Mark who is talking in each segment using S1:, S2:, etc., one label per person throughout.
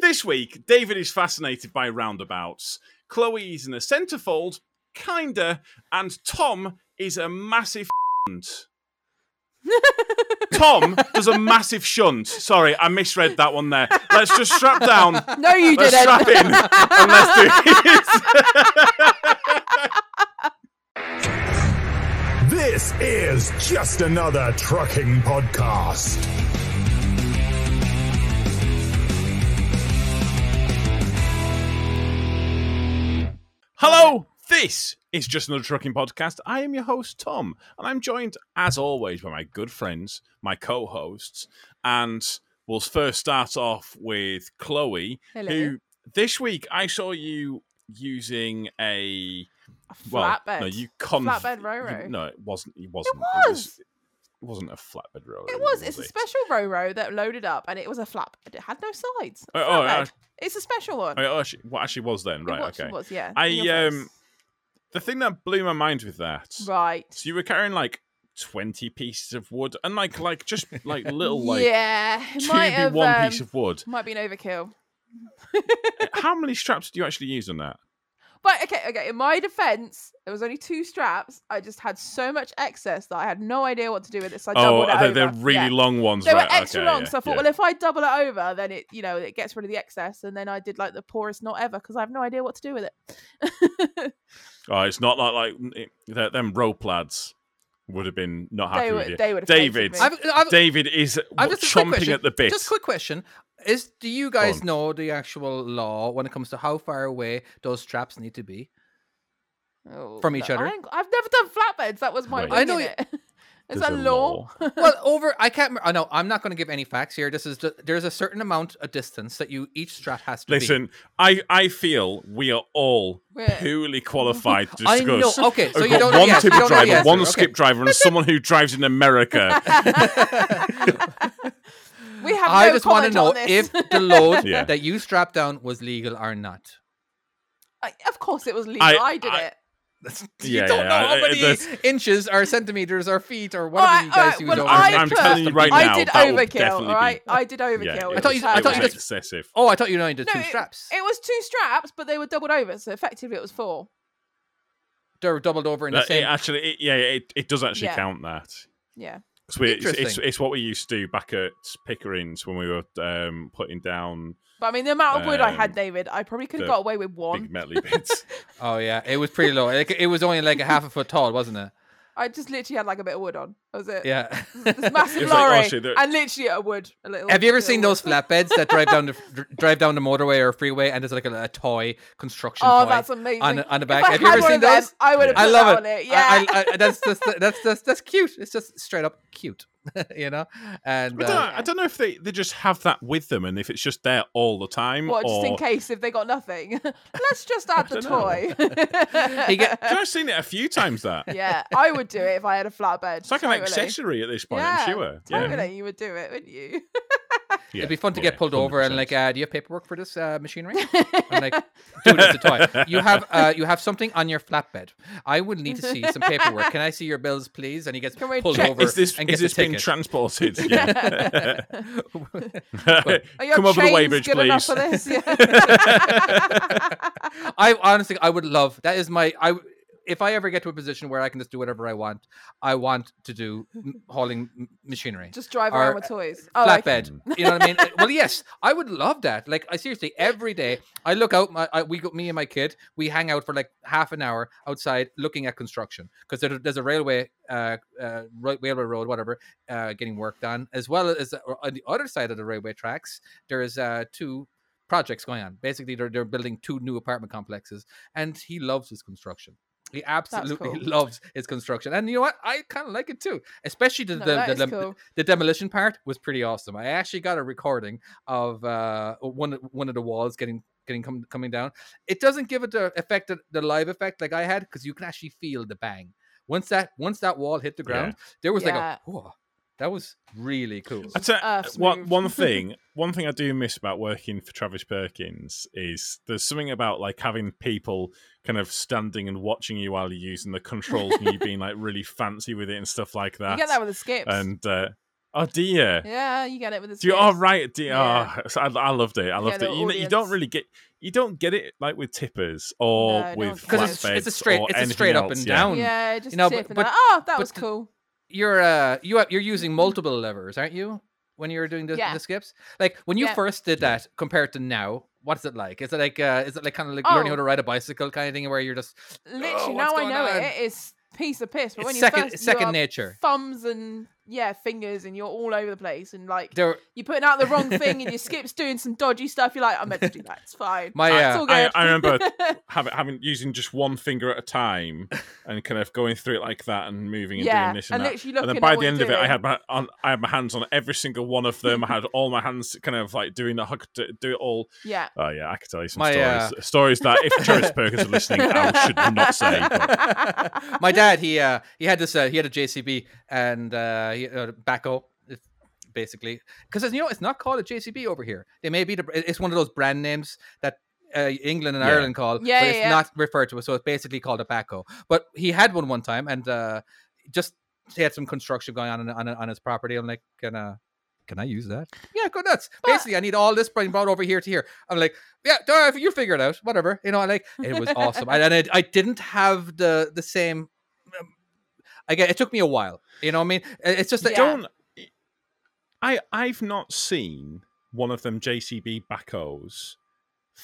S1: This week, David is fascinated by roundabouts. Chloe is in a centerfold, kinda, and Tom is a massive shunt. Tom does a massive shunt. Sorry, I misread that one there. Let's just strap down.
S2: No, you
S1: Let's
S2: didn't.
S1: strap in and let's do this.
S3: This is just another trucking podcast.
S1: Hello, this is just another trucking podcast. I am your host, Tom, and I'm joined, as always, by my good friends, my co hosts, and we'll first start off with Chloe,
S2: Hello.
S1: who this week I saw you using a
S2: A
S1: well,
S2: flatbed.
S1: no, you con-
S2: Flatbed
S1: you-
S2: Roro.
S1: No, it wasn't. It wasn't.
S2: was.
S1: It, was, not a flatbed row.
S2: It was. It's a special Roro that loaded up, and it was a flap. It had no sides. A
S1: Oh, oh,
S2: flatbed.
S1: uh,
S2: it's a special one.
S1: I mean, oh, actually, what actually was then?
S2: It
S1: Right.
S2: was-
S1: okay.
S2: it was, yeah.
S1: I,
S2: In your
S1: um, The thing that blew my mind with that.
S2: face. right.
S1: So you were carrying like twenty pieces of wood and like like just like little like
S2: yeah, it
S1: two
S2: might
S1: be
S2: have,
S1: one
S2: um,
S1: piece of wood.
S2: might be an overkill.
S1: How many straps did you actually use on that?
S2: But okay, okay. In my defense, there was only two straps. I just had so much excess that I had no idea what to do with it. So I
S1: oh,
S2: doubled it
S1: they're, they're
S2: over.
S1: really
S2: Yeah.
S1: long ones.
S2: They
S1: right?
S2: were extra
S1: okay,
S2: long,
S1: yeah,
S2: so I thought,
S1: yeah.
S2: well, if I double it over, then it, you know, it gets rid of the excess, and then I did like the poorest not ever because I have no idea what to do with it.
S1: Oh, it's not like like it, that- them rope lads would have been not happy
S2: they
S1: with
S2: were,
S1: you.
S2: they would have
S1: David.
S2: hated me.
S4: I've, I've,
S1: David is w-
S4: I've just a quick
S1: chomping
S4: question.
S1: at the bit.
S4: Just quick question: Is do you guys
S1: on.
S4: know the actual law when it comes to how far away those straps need to be?
S2: Oh,
S4: from each
S2: no,
S4: other.
S2: I ain't- I've never done flatbeds. That was my.
S1: Right.
S2: wing
S4: I know
S2: in
S4: you-
S2: it. It's
S1: There's
S2: a law.
S4: well, over I can't. I know I'm not going to give any facts here. This is ju- there's a certain amount of distance that you each strap has to be.
S1: Listen, I, I feel we are all
S2: We're-
S1: poorly qualified to
S4: I know.
S1: discuss.
S4: Okay, so
S1: We've got
S4: you don't know
S1: one
S4: the answer,
S1: tipper
S4: you don't know the
S1: driver,
S4: answer,
S1: one
S4: okay.
S1: skip driver, and someone who drives in America.
S2: We have.
S4: I
S2: no
S4: just want to
S2: comment
S4: know
S2: on this.
S4: if the load
S1: Yeah.
S4: that you strapped down was legal or not.
S2: I- of course, it was legal.
S1: I-
S2: I, did
S1: I-
S2: it.
S4: you
S1: Yeah,
S4: don't
S1: yeah,
S4: know
S1: uh,
S4: how many
S1: that's-
S4: inches or centimeters or feet or whatever
S2: Alright,
S4: you guys
S2: alright,
S4: use.
S2: well,
S4: over
S2: I
S4: there.
S1: I'm, I'm
S2: put-
S1: telling you right
S2: I
S1: now,
S2: did
S1: that will
S2: overkill.
S1: definitely
S2: All right,
S1: be,
S2: I did overkill.
S1: yeah, it
S2: It
S1: was-
S4: thought you-
S2: was
S4: I
S1: it
S4: thought
S2: over.
S4: you
S1: was
S4: just-
S1: excessive.
S4: Oh, I thought you only did
S2: No,
S4: two straps.
S2: It was two straps, but they were doubled over, so effectively it was four.
S4: they were doubled over in the
S1: That- it
S4: same.
S1: actually, it, Uh, yeah, it, it does actually
S2: Yeah.
S1: count that.
S2: Yeah.
S1: 'Cause we, it's, it's,
S4: Interesting.
S1: it's what we used to do back at Pickering's when we were um, putting down
S2: But I mean, the amount of wood I
S1: Um,
S2: had, David, I probably could
S1: the
S2: have got away with one.
S1: big metally bits.
S4: Oh yeah, it was pretty low. Like, it was only like a half a foot tall, wasn't it?
S2: I just literally had like a bit of wood on. That was it.
S4: Yeah.
S2: This massive
S1: It's like, oh,
S2: lorry
S1: shit, there-
S2: and literally a wood. A little,
S4: Have you ever
S2: little
S4: seen
S2: wood.
S4: those flatbeds that drive down the dr- drive down the motorway or freeway and there's like a, a toy construction?
S2: Oh,
S4: toy
S2: that's amazing.
S4: On, the- on the
S2: If
S4: back.
S2: I
S4: Have you
S2: had
S4: ever
S2: one
S4: seen
S2: of them,
S4: those?
S2: I would have.
S4: I love
S2: on
S4: it.
S2: it. Yeah.
S4: I, I, I, that's just that's just that's cute. It's just straight up cute, you know. And
S1: I, don't
S4: uh,
S1: know, I don't know if they, they just have that with them and if it's just there all the time.
S2: Well, just
S1: or...
S4: Oh.
S2: in case if they got nothing. Let's just add the toy.
S1: dunno.
S4: He get-
S1: Do you know, I've seen it a few times that.
S2: yeah, I would do it if I had a flatbed.
S1: It's like an
S2: totally.
S1: accessory at this point,
S2: Yeah,
S1: I'm sure.
S2: Totally, you would do it, wouldn't you?
S4: it'd be fun to get
S1: yeah,
S4: pulled over and
S1: 100%.
S4: like, uh, do you have paperwork for this uh, machinery? I'm like, dude, it's a toy. You have uh, you have something on your flatbed. I would need to see some paperwork. Can I see your bills, please? And he gets
S2: Can we
S4: pulled
S2: check-
S4: over
S1: Is this,
S4: and
S1: is this
S4: gets a
S1: being
S4: ticket.
S1: transported? Yeah.
S2: Are your
S1: Come over the
S2: chains
S1: weighbridge,
S2: good enough
S1: please.
S2: For this? Yeah.
S4: I honestly, I would love that. Is my I w- if I ever get to a position where I can just do whatever I want, I want to do m- hauling m- machinery.
S2: just drive
S4: Our,
S2: around with
S4: uh,
S2: toys. Oh, okay.
S4: Flatbed, you know what I mean? Uh, Well, yes, I would love that. Like, I seriously, every day I look out. My, I, we go, me and my kid, we hang out for like half an hour outside looking at construction because there, there's a railway, uh, uh, ra- railway road, whatever, uh, getting worked on, as well as uh, on the other side of the railway tracks. There is uh, two projects going on. Basically, they're they're building two new apartment complexes, and he loves his construction. He absolutely
S2: cool.
S4: loves his construction, and you know what? I kind of like it too, especially the
S2: No,
S4: the,
S2: that
S4: the,
S2: is
S4: dem-
S2: cool.
S4: the demolition part was pretty awesome. I actually got a recording of uh, one of- one of the walls getting getting come, coming down. It doesn't give it the effect that the live effect like I had because you can actually feel the bang once that once that wall hit the
S1: Yeah.
S4: ground. There was
S2: Yeah.
S4: like a whoa, that was really cool.
S1: I tell-
S2: Earth's
S1: one,
S2: moved.
S1: one thing, one thing I do miss about working for Travis Perkins is there's something about like having people kind of standing and watching you while you're using the controls and you being like really fancy with it and stuff like that.
S2: You get that with the skips.
S1: and uh, Oh dear.
S2: Yeah, you get it with this.
S1: Do you? Oh right, dear.
S2: Yeah.
S1: Oh, so I, I loved it. I loved
S2: the
S1: it. You, know, you don't
S2: audience.
S1: really get. You don't get it like with tippers or
S2: No, I
S1: with
S2: don't
S4: because it's, it's a
S1: flatbeds
S4: straight
S1: or
S4: it's a
S1: anything
S4: straight up
S1: else,
S4: and
S1: yeah.
S4: down.
S2: Yeah, just
S4: You know,
S2: sit
S4: but-
S2: and
S4: but-
S2: like, oh, that
S4: but
S2: was
S4: the-
S2: cool.
S4: You're uh you are- you're using multiple levers, aren't you? When you're doing the,
S2: Mm-hmm. Yeah.
S4: the skips, like when you
S2: Yeah.
S4: first did that compared to now, what's it like? Is it like uh is it like kind of like learning how
S2: Oh.
S4: to ride a bicycle kind of thing where you're just
S2: Literally,
S4: Oh, what's
S2: now I
S4: going
S2: know
S4: on?
S2: it. It is piece of piss. But
S4: it's
S2: when you
S4: second
S2: first,
S4: second
S2: you are
S4: nature?
S2: thumbs and yeah, fingers, and you're all over the place, and like
S4: There,
S2: you're putting out the wrong thing, and your skip's doing some dodgy stuff. You're like, I meant to do that. It's fine.
S4: my
S1: I-
S2: it's
S4: uh,
S2: all good.
S1: I remember having, having using just one finger at a time and kind of going through it like that and moving and
S2: yeah,
S1: doing this and, that.
S2: literally
S1: And
S2: looking.
S1: then
S2: at
S1: by
S2: what
S1: the
S2: you're
S1: end of it, I
S2: doing.
S1: had my on, I had my hands on every single one of them. I had all my hands kind of like doing the hug, do, do it all.
S2: yeah.
S1: Oh yeah, I could tell you some
S4: My,
S1: stories. Stories that if Travis Perkins are listening, I should not say. But
S4: my dad he uh he had this uh, he had a JCB and uh, he, uh backhoe if- basically because you know it's not called a JCB over here. They may be the, it- it's one of those brand names that. Uh, England and
S1: Yeah.
S4: Ireland call,
S2: Yeah,
S4: but
S2: yeah,
S4: it's
S2: yeah.
S4: not referred to, so it's basically called a backhoe. But he had one one time, and uh, just he had some construction going on on, on, on his property. I'm like, can uh, can I use that? Yeah, go nuts.
S2: But-
S4: Basically, I need all this being brought over here to here. I'm like, yeah, duh, you figure it out, whatever. You know, I like it was awesome, and, and I, I didn't have the the same. um, I get it took me a while. You know, what I mean, It- it's just that.
S2: Yeah.
S1: don't I I've not seen one of them JCB backhoes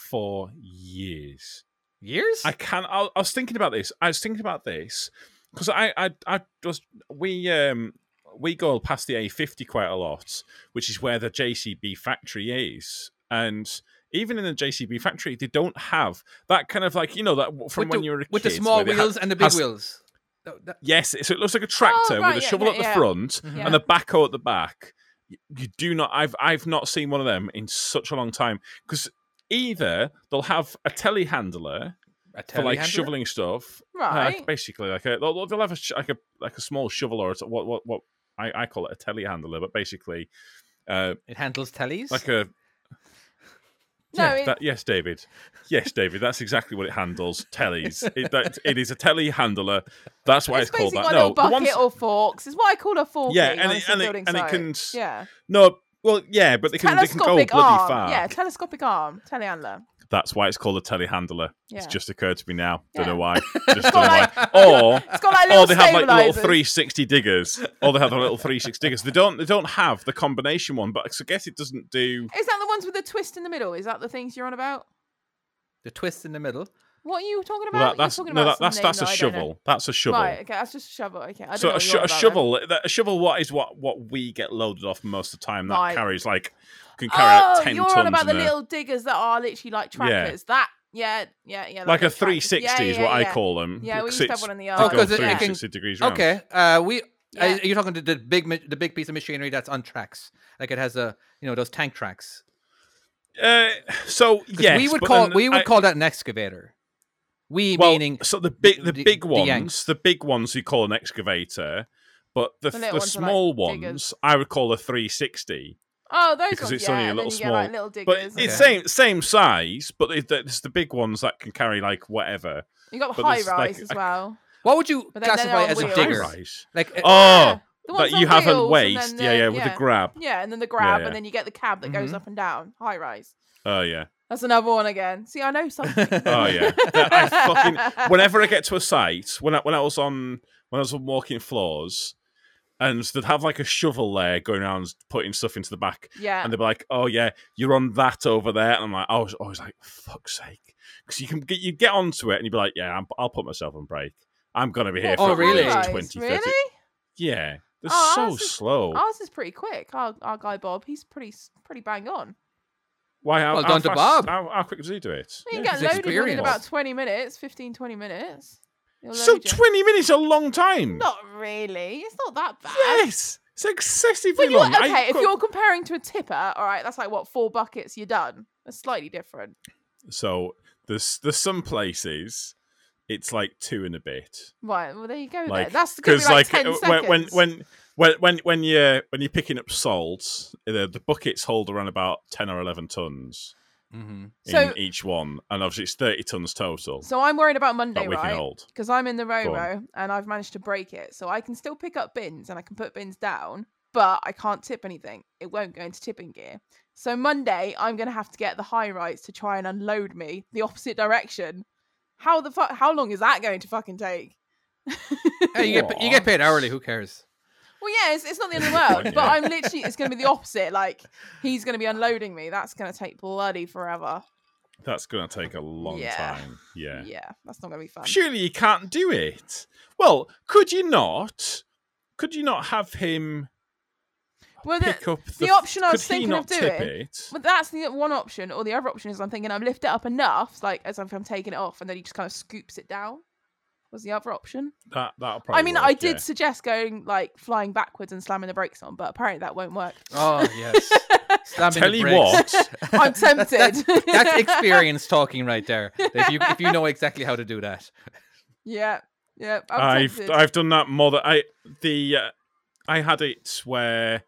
S1: for years.
S4: Years?
S1: I can I, I was thinking about this. I was thinking about this because I, I I just we um we go past the A50 quite a lot, which is where the JCB factory is, and even in the JCB factory, they don't have that kind of like you know that from when
S4: with the,
S1: you were a
S4: with
S1: kid
S4: the small
S1: where they had-
S4: wheels and the big
S1: has-
S4: wheels. Th- th-
S1: Yes, so it looks like a tractor
S2: Oh, right,
S1: with a
S2: yeah,
S1: shovel
S2: yeah,
S1: at the
S2: yeah. Mm-hmm.
S1: front
S4: Mhm.
S2: Yeah.
S1: and a backhoe at the back. You, you do not. I've I've not seen one of them in such a long time because either they'll have a telehandler
S4: a
S1: for like
S4: telehandler?
S1: shoveling stuff, uh,
S2: Right.
S1: basically, like a, they'll, they'll have a sh- like a like a small shovel or a, t- what what what I, I call it a telehandler, but basically, uh,
S4: It handles tellies.
S1: like a
S2: No,
S1: yeah,
S2: it-
S1: that- yes, David. Yes, David. That's exactly what it handles. Tellies. It, that, it is a telehandler. That's why it's,
S2: it's
S1: called that.
S2: basically got a
S1: no,
S2: little
S1: the ones-
S2: bucket or forks. Is what I call a fork.
S1: Yeah,
S2: thing
S1: and
S2: on
S1: it-
S2: some
S1: and it-
S2: building
S1: and it
S2: site.
S1: can s-
S2: Yeah.
S1: No, well, yeah, but they can, they can go bloody
S2: Telescopic arm.
S1: far.
S2: Yeah, telescopic arm. Telehandler.
S1: That's why it's called a telehandler. It's
S2: Yeah.
S1: just occurred to me now. Don't
S2: Yeah.
S1: know why. Just don't know
S2: got
S1: why. Or,
S2: It's got like little
S1: or Oh, they have like the little
S2: stabilisers.
S1: 360 diggers. Or they have the little 360 diggers. They don't. They don't have the combination one, but I guess it doesn't do.
S2: Is that the ones with the twist in the middle? Is that the things you're on about?
S4: the twist in the middle.
S2: What are you talking about?
S1: Well, that,
S2: You're
S1: that's
S2: talking
S1: no,
S2: about
S1: that, that's
S2: some
S1: that's a
S2: name that I don't know.
S1: shovel. That's a shovel.
S2: Right. Okay, that's just a shovel. Okay. I don't know
S1: So a,
S2: what
S1: sho
S2: you're on
S1: a
S2: about
S1: shovel, that- a shovel, what is what what we get loaded off most of the time. That
S2: Right.
S1: carries like can
S2: then.
S1: carry
S2: oh,
S1: out ten
S2: you're
S1: tons.
S2: on about the
S1: in a-
S2: little diggers that are literally like trackers. That. Yeah. Yeah. Yeah.
S1: like a
S2: little trackers.
S1: 360
S2: Yeah,
S1: is
S2: yeah,
S1: what I
S2: yeah.
S1: call them.
S2: Yeah, we
S1: because
S2: used to have
S1: it's-
S2: one in the
S1: they
S4: Oh,
S1: go
S2: army.
S4: 'cause it- it can-
S1: 360 degrees round.
S4: Okay, uh, we.
S2: Yeah.
S4: Uh, you're talking to the big, ma- the big piece of machinery that's on tracks, like it has a, you know, those tank tracks.
S1: Uh, so
S4: 'Cause
S1: yes,
S4: we would
S1: but
S4: call
S1: then
S4: we would
S1: I-
S4: call that an excavator. We
S1: well,
S4: meaning
S1: so the big the
S4: the-
S1: big
S4: the
S1: ones
S4: yanks.
S1: the big ones you call an excavator, but the,
S2: The
S1: the,
S2: little ones are like
S1: small ones
S2: diggers.
S1: I would call a 360.
S2: Oh, those
S1: because
S2: ones.
S1: it's
S2: yeah.
S1: only a
S2: and
S1: little
S2: then you get like
S1: small-
S2: little
S1: But
S2: diggers.
S1: it's
S2: and-
S1: same same size, but it, it's the big ones that can carry like whatever.
S2: You got
S1: but
S2: high
S1: there's,
S2: rise
S1: like,
S2: as
S1: a-
S2: well.
S4: what would you
S2: But then they're
S4: classify
S2: on
S4: as a
S2: wheels.
S4: digger?
S1: High-rise.
S4: Like uh,
S1: Oh,
S2: Yeah, the
S1: that
S2: ones
S1: you
S2: on
S1: have a
S2: wheels and
S1: waist.
S2: then
S1: Yeah,
S2: the-
S1: yeah, with a
S2: yeah.
S1: grab.
S2: Yeah, and then the grab,
S1: yeah.
S2: and then you get the cab that goes
S4: Mhm.
S2: up and down. High rise.
S1: Oh yeah.
S2: That's another one again. See, I know something.
S1: Oh yeah. I fucking whenever I get to a site, when I when I was on when I was on walking floors, and they'd have like a shovel there going around putting stuff into the back,
S2: yeah.
S1: and they'd be like, "Oh yeah, you're on that over there," and I'm like, "I was always like, fuck's sake," because you can get you get onto it and you'd be like, "Yeah, I'm, I'll put myself on break. I'm gonna be here
S4: Oh,
S1: for
S4: really?
S1: at least
S2: High-rise,
S1: 20, 30.
S2: Really?
S1: Yeah, they're
S2: Oh,
S1: so
S2: ours is-
S1: slow.
S2: Ours is pretty quick. Our, our guy Bob, he's pretty s- pretty bang on.
S1: Why? How,
S4: Well
S1: how
S4: done to
S1: fast-
S4: Bob.
S1: How, how quick does he do it?
S2: You can
S1: Yeah.
S2: get
S4: His
S2: loaded within
S4: experience.
S2: about 20 minutes, 15, 20 minutes. He'll
S1: So
S2: load you.
S1: twenty minutes is a long time.
S2: Not really. It's not that bad.
S1: Yes, it's excessively
S2: But you're,
S1: long. I-
S2: okay, if you're comparing to a tipper, all right, that's like what four buckets you're done. That's slightly different.
S1: so there's there's some places it's like two and a bit.
S2: Right. Well, there you go.
S1: Like,
S2: then. That's going to
S1: because
S2: be like,
S1: like,
S2: 10
S1: uh,
S2: seconds.
S1: when, when when when when you're when you're picking up salt, the, the buckets hold around about ten or eleven tons
S4: mhm.
S1: in
S2: So-
S1: each one, and obviously it's thirty tons total
S2: So I'm worried about
S1: that
S2: Monday,
S1: we can
S2: right?
S1: hold.
S2: because I'm in the row
S1: Go on.
S2: row and I've managed to break it, so I can still pick up bins and I can put bins down, but I can't tip anything. It won't go into tipping gear. So Monday, I'm going to have to get the high rights to try and unload me the opposite direction. How the fuck? How long is that going to fucking take?
S4: Hey, you get you get paid hourly. Who cares?
S2: Well, yeah, it's, it's not the end of the
S1: Good
S2: world,
S1: point,
S2: but
S1: yeah.
S2: I'm literally, it's going to be the opposite. Like, he's going to be unloading me. That's going to take bloody forever.
S1: That's going to take a long
S2: Yeah.
S1: time.
S2: Yeah,
S1: Yeah.
S2: that's not going to be fun.
S1: Surely you can't do it. Well, could you not? Could you not have him
S2: Well, the,
S1: pick up the,
S2: the option I
S1: could
S2: was
S1: he
S2: thinking
S1: not
S2: of doing-
S1: tip it?
S2: but that's the one option. Or the other option is I'm thinking I've lifted it up enough, like, as if I'm taking it off, and then he just kind of scoops it down. Was the other option?
S1: That that'll probably.
S2: I mean,
S1: work,
S2: I did
S1: yeah.
S2: suggest going like flying backwards and slamming the brakes on, but apparently that won't work.
S4: Oh yes. Slamming
S1: Tell
S4: the
S1: you
S4: brakes.
S1: what,
S2: I'm tempted.
S4: That's experience talking right there. If you if you know exactly how to do that.
S2: yeah, yeah. I'm
S1: I've
S2: tempted.
S1: I've done that more than I the uh, I had it where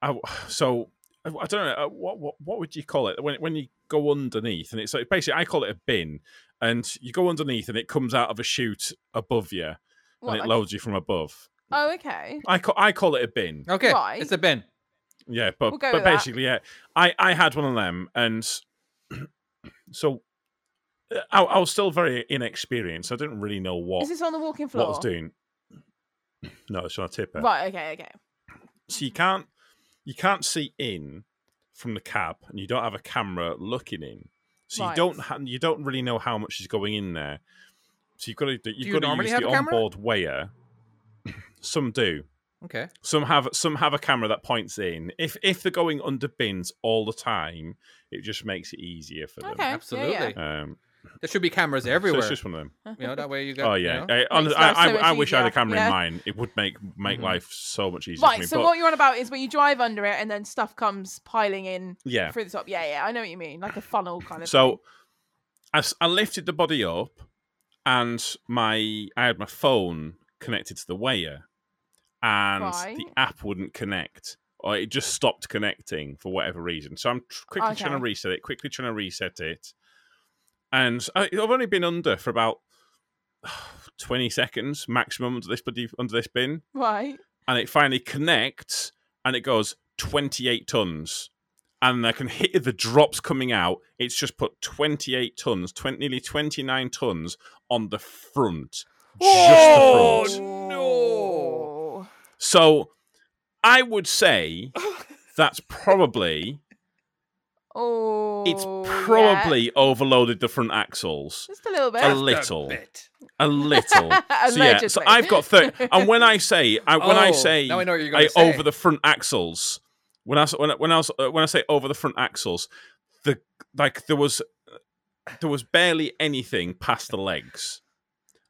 S1: I w- so I, I don't know uh, what, what what would you call it when when you go underneath and it's like basically I call it a bin and you go underneath and it comes out of a chute above you
S2: What,
S1: and it
S2: like-
S1: loads you from above.
S2: Oh, okay.
S1: I call I call it a bin.
S4: Okay,
S2: Right.
S4: it's a bin.
S1: Yeah, but
S2: We'll go
S1: but
S2: with that.
S1: basically, yeah, I I had one of them, and so uh, I, I was still very inexperienced. I didn't really know what
S2: Is this on the walking floor?
S1: what I was doing. No, it's on a tipper.
S2: Right. Okay. Okay.
S1: So you can't you can't see in from the cab, and you don't have a camera looking in, so you
S2: Right.
S1: don't ha- you don't really know how much is going in there. So you've got to you've
S4: you
S1: got to
S4: normally
S1: use
S4: have
S1: the
S4: a camera?
S1: onboard weigher. Some do.
S4: Okay.
S1: Some have some have a camera that points in. If if they're going under bins all the time, it just makes it easier for them.
S2: Okay.
S4: Absolutely.
S2: Yeah, yeah.
S1: Um,
S4: There should be cameras
S1: so
S4: everywhere.
S1: it's just one of them.
S4: You know, that way you go.
S1: Oh
S4: You
S1: yeah,
S4: know?
S1: I, honest-
S2: life
S1: I,
S2: so
S1: I-
S2: much
S1: I wish I had a
S2: easier.
S1: camera
S2: Yeah.
S1: in mine. It would make make
S4: Mhm.
S1: life so much easier. for
S2: Right.
S1: me.
S2: So
S1: but,
S2: what you're on about is when you drive under it and then stuff comes piling in
S1: yeah,
S2: through the top. Yeah. Yeah. I know what you mean. Like a funnel kind of.
S1: so I, s- I lifted the body up, and my I had my phone connected to the weigher, and the
S2: Right.
S1: app wouldn't connect. Or it just stopped connecting for whatever reason. So I'm tr- quickly trying to
S2: Okay.
S1: reset it, quickly trying to reset it. And I, I've only been under for about 20 seconds maximum under this, bloody- under this bin.
S2: thing. Right.
S1: and it finally connects and it goes 28 tons and i can hear the drops coming out it's just put 28 tons 20, nearly 29 tons on the front
S4: Oh,
S1: just the front
S4: no.
S1: so i would say that's probably
S2: Oh.
S1: it's
S2: yeah.
S1: probably overloaded the front axles
S2: just a little bit.
S1: a little
S4: Bit.
S1: a little so yeah so
S2: Allegedly.
S1: i've got 30 and when i say I, when i
S4: Oh,
S1: say
S4: now I know what you're
S1: I,
S4: gonna say.
S1: over the front axles. When I s- when I- when I was, uh, when I say over the front axles, the like there was there was barely anything past the legs.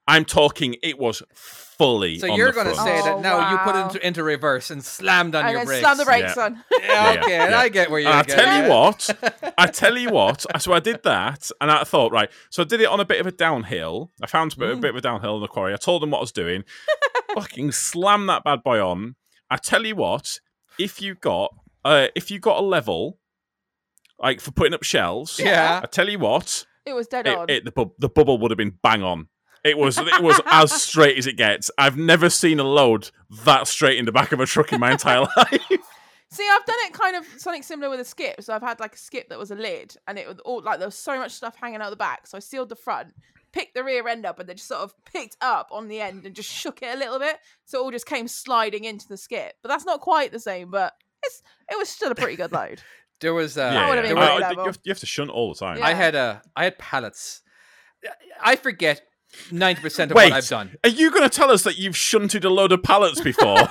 S1: I'm talking. It was fully.
S4: So
S1: on
S4: you're
S1: the
S4: going to
S1: front.
S4: say
S2: Oh,
S4: that now you put it
S2: wow.
S4: into, into reverse and slammed on
S2: and
S4: your
S2: then
S4: brakes.
S2: slam the brakes
S1: Yeah.
S2: on.
S4: Yeah,
S1: Yeah,
S4: okay,
S1: yeah.
S4: I get where you're
S1: And I
S4: going.
S1: tell
S4: yeah.
S1: you what, I tell you what. I- So I did that, and I thought, right. So I did it on a bit of a downhill. I found a
S2: Mm.
S1: bit, a bit of a downhill in the quarry. I told them what I was doing. Fucking slam that bad boy on. I tell you what, if you got, uh, if you got a level, like for putting up shelves,
S4: Yeah.
S1: I tell you what,
S2: It was dead
S1: it,
S2: on.
S1: it, the, bub- the bubble would have been bang on. It was it was as straight as it gets. I've never seen a load that straight in the back of a truck in my entire
S2: Uh,
S1: life.
S2: See, I've done it kind of something similar with a skip. So I've had like a skip that was a lid, and it was all like there was so much stuff hanging out the back. So I sealed the front, picked the rear end up, and then just sort of picked up on the end and just shook it a little bit. So it all just came sliding into the skip. But that's not quite the same. But it's it was still a pretty good load.
S4: There was, uh,
S2: That would've
S4: there
S2: been
S4: was-
S2: great
S1: I- I-
S2: level.
S1: you, have, you have to shunt all the time.
S2: Yeah.
S4: I had uh, I had pallets. I forget 90% of
S1: Wait.
S4: what I've done.
S1: Are you going to tell us that you've shunted a load of pallets before?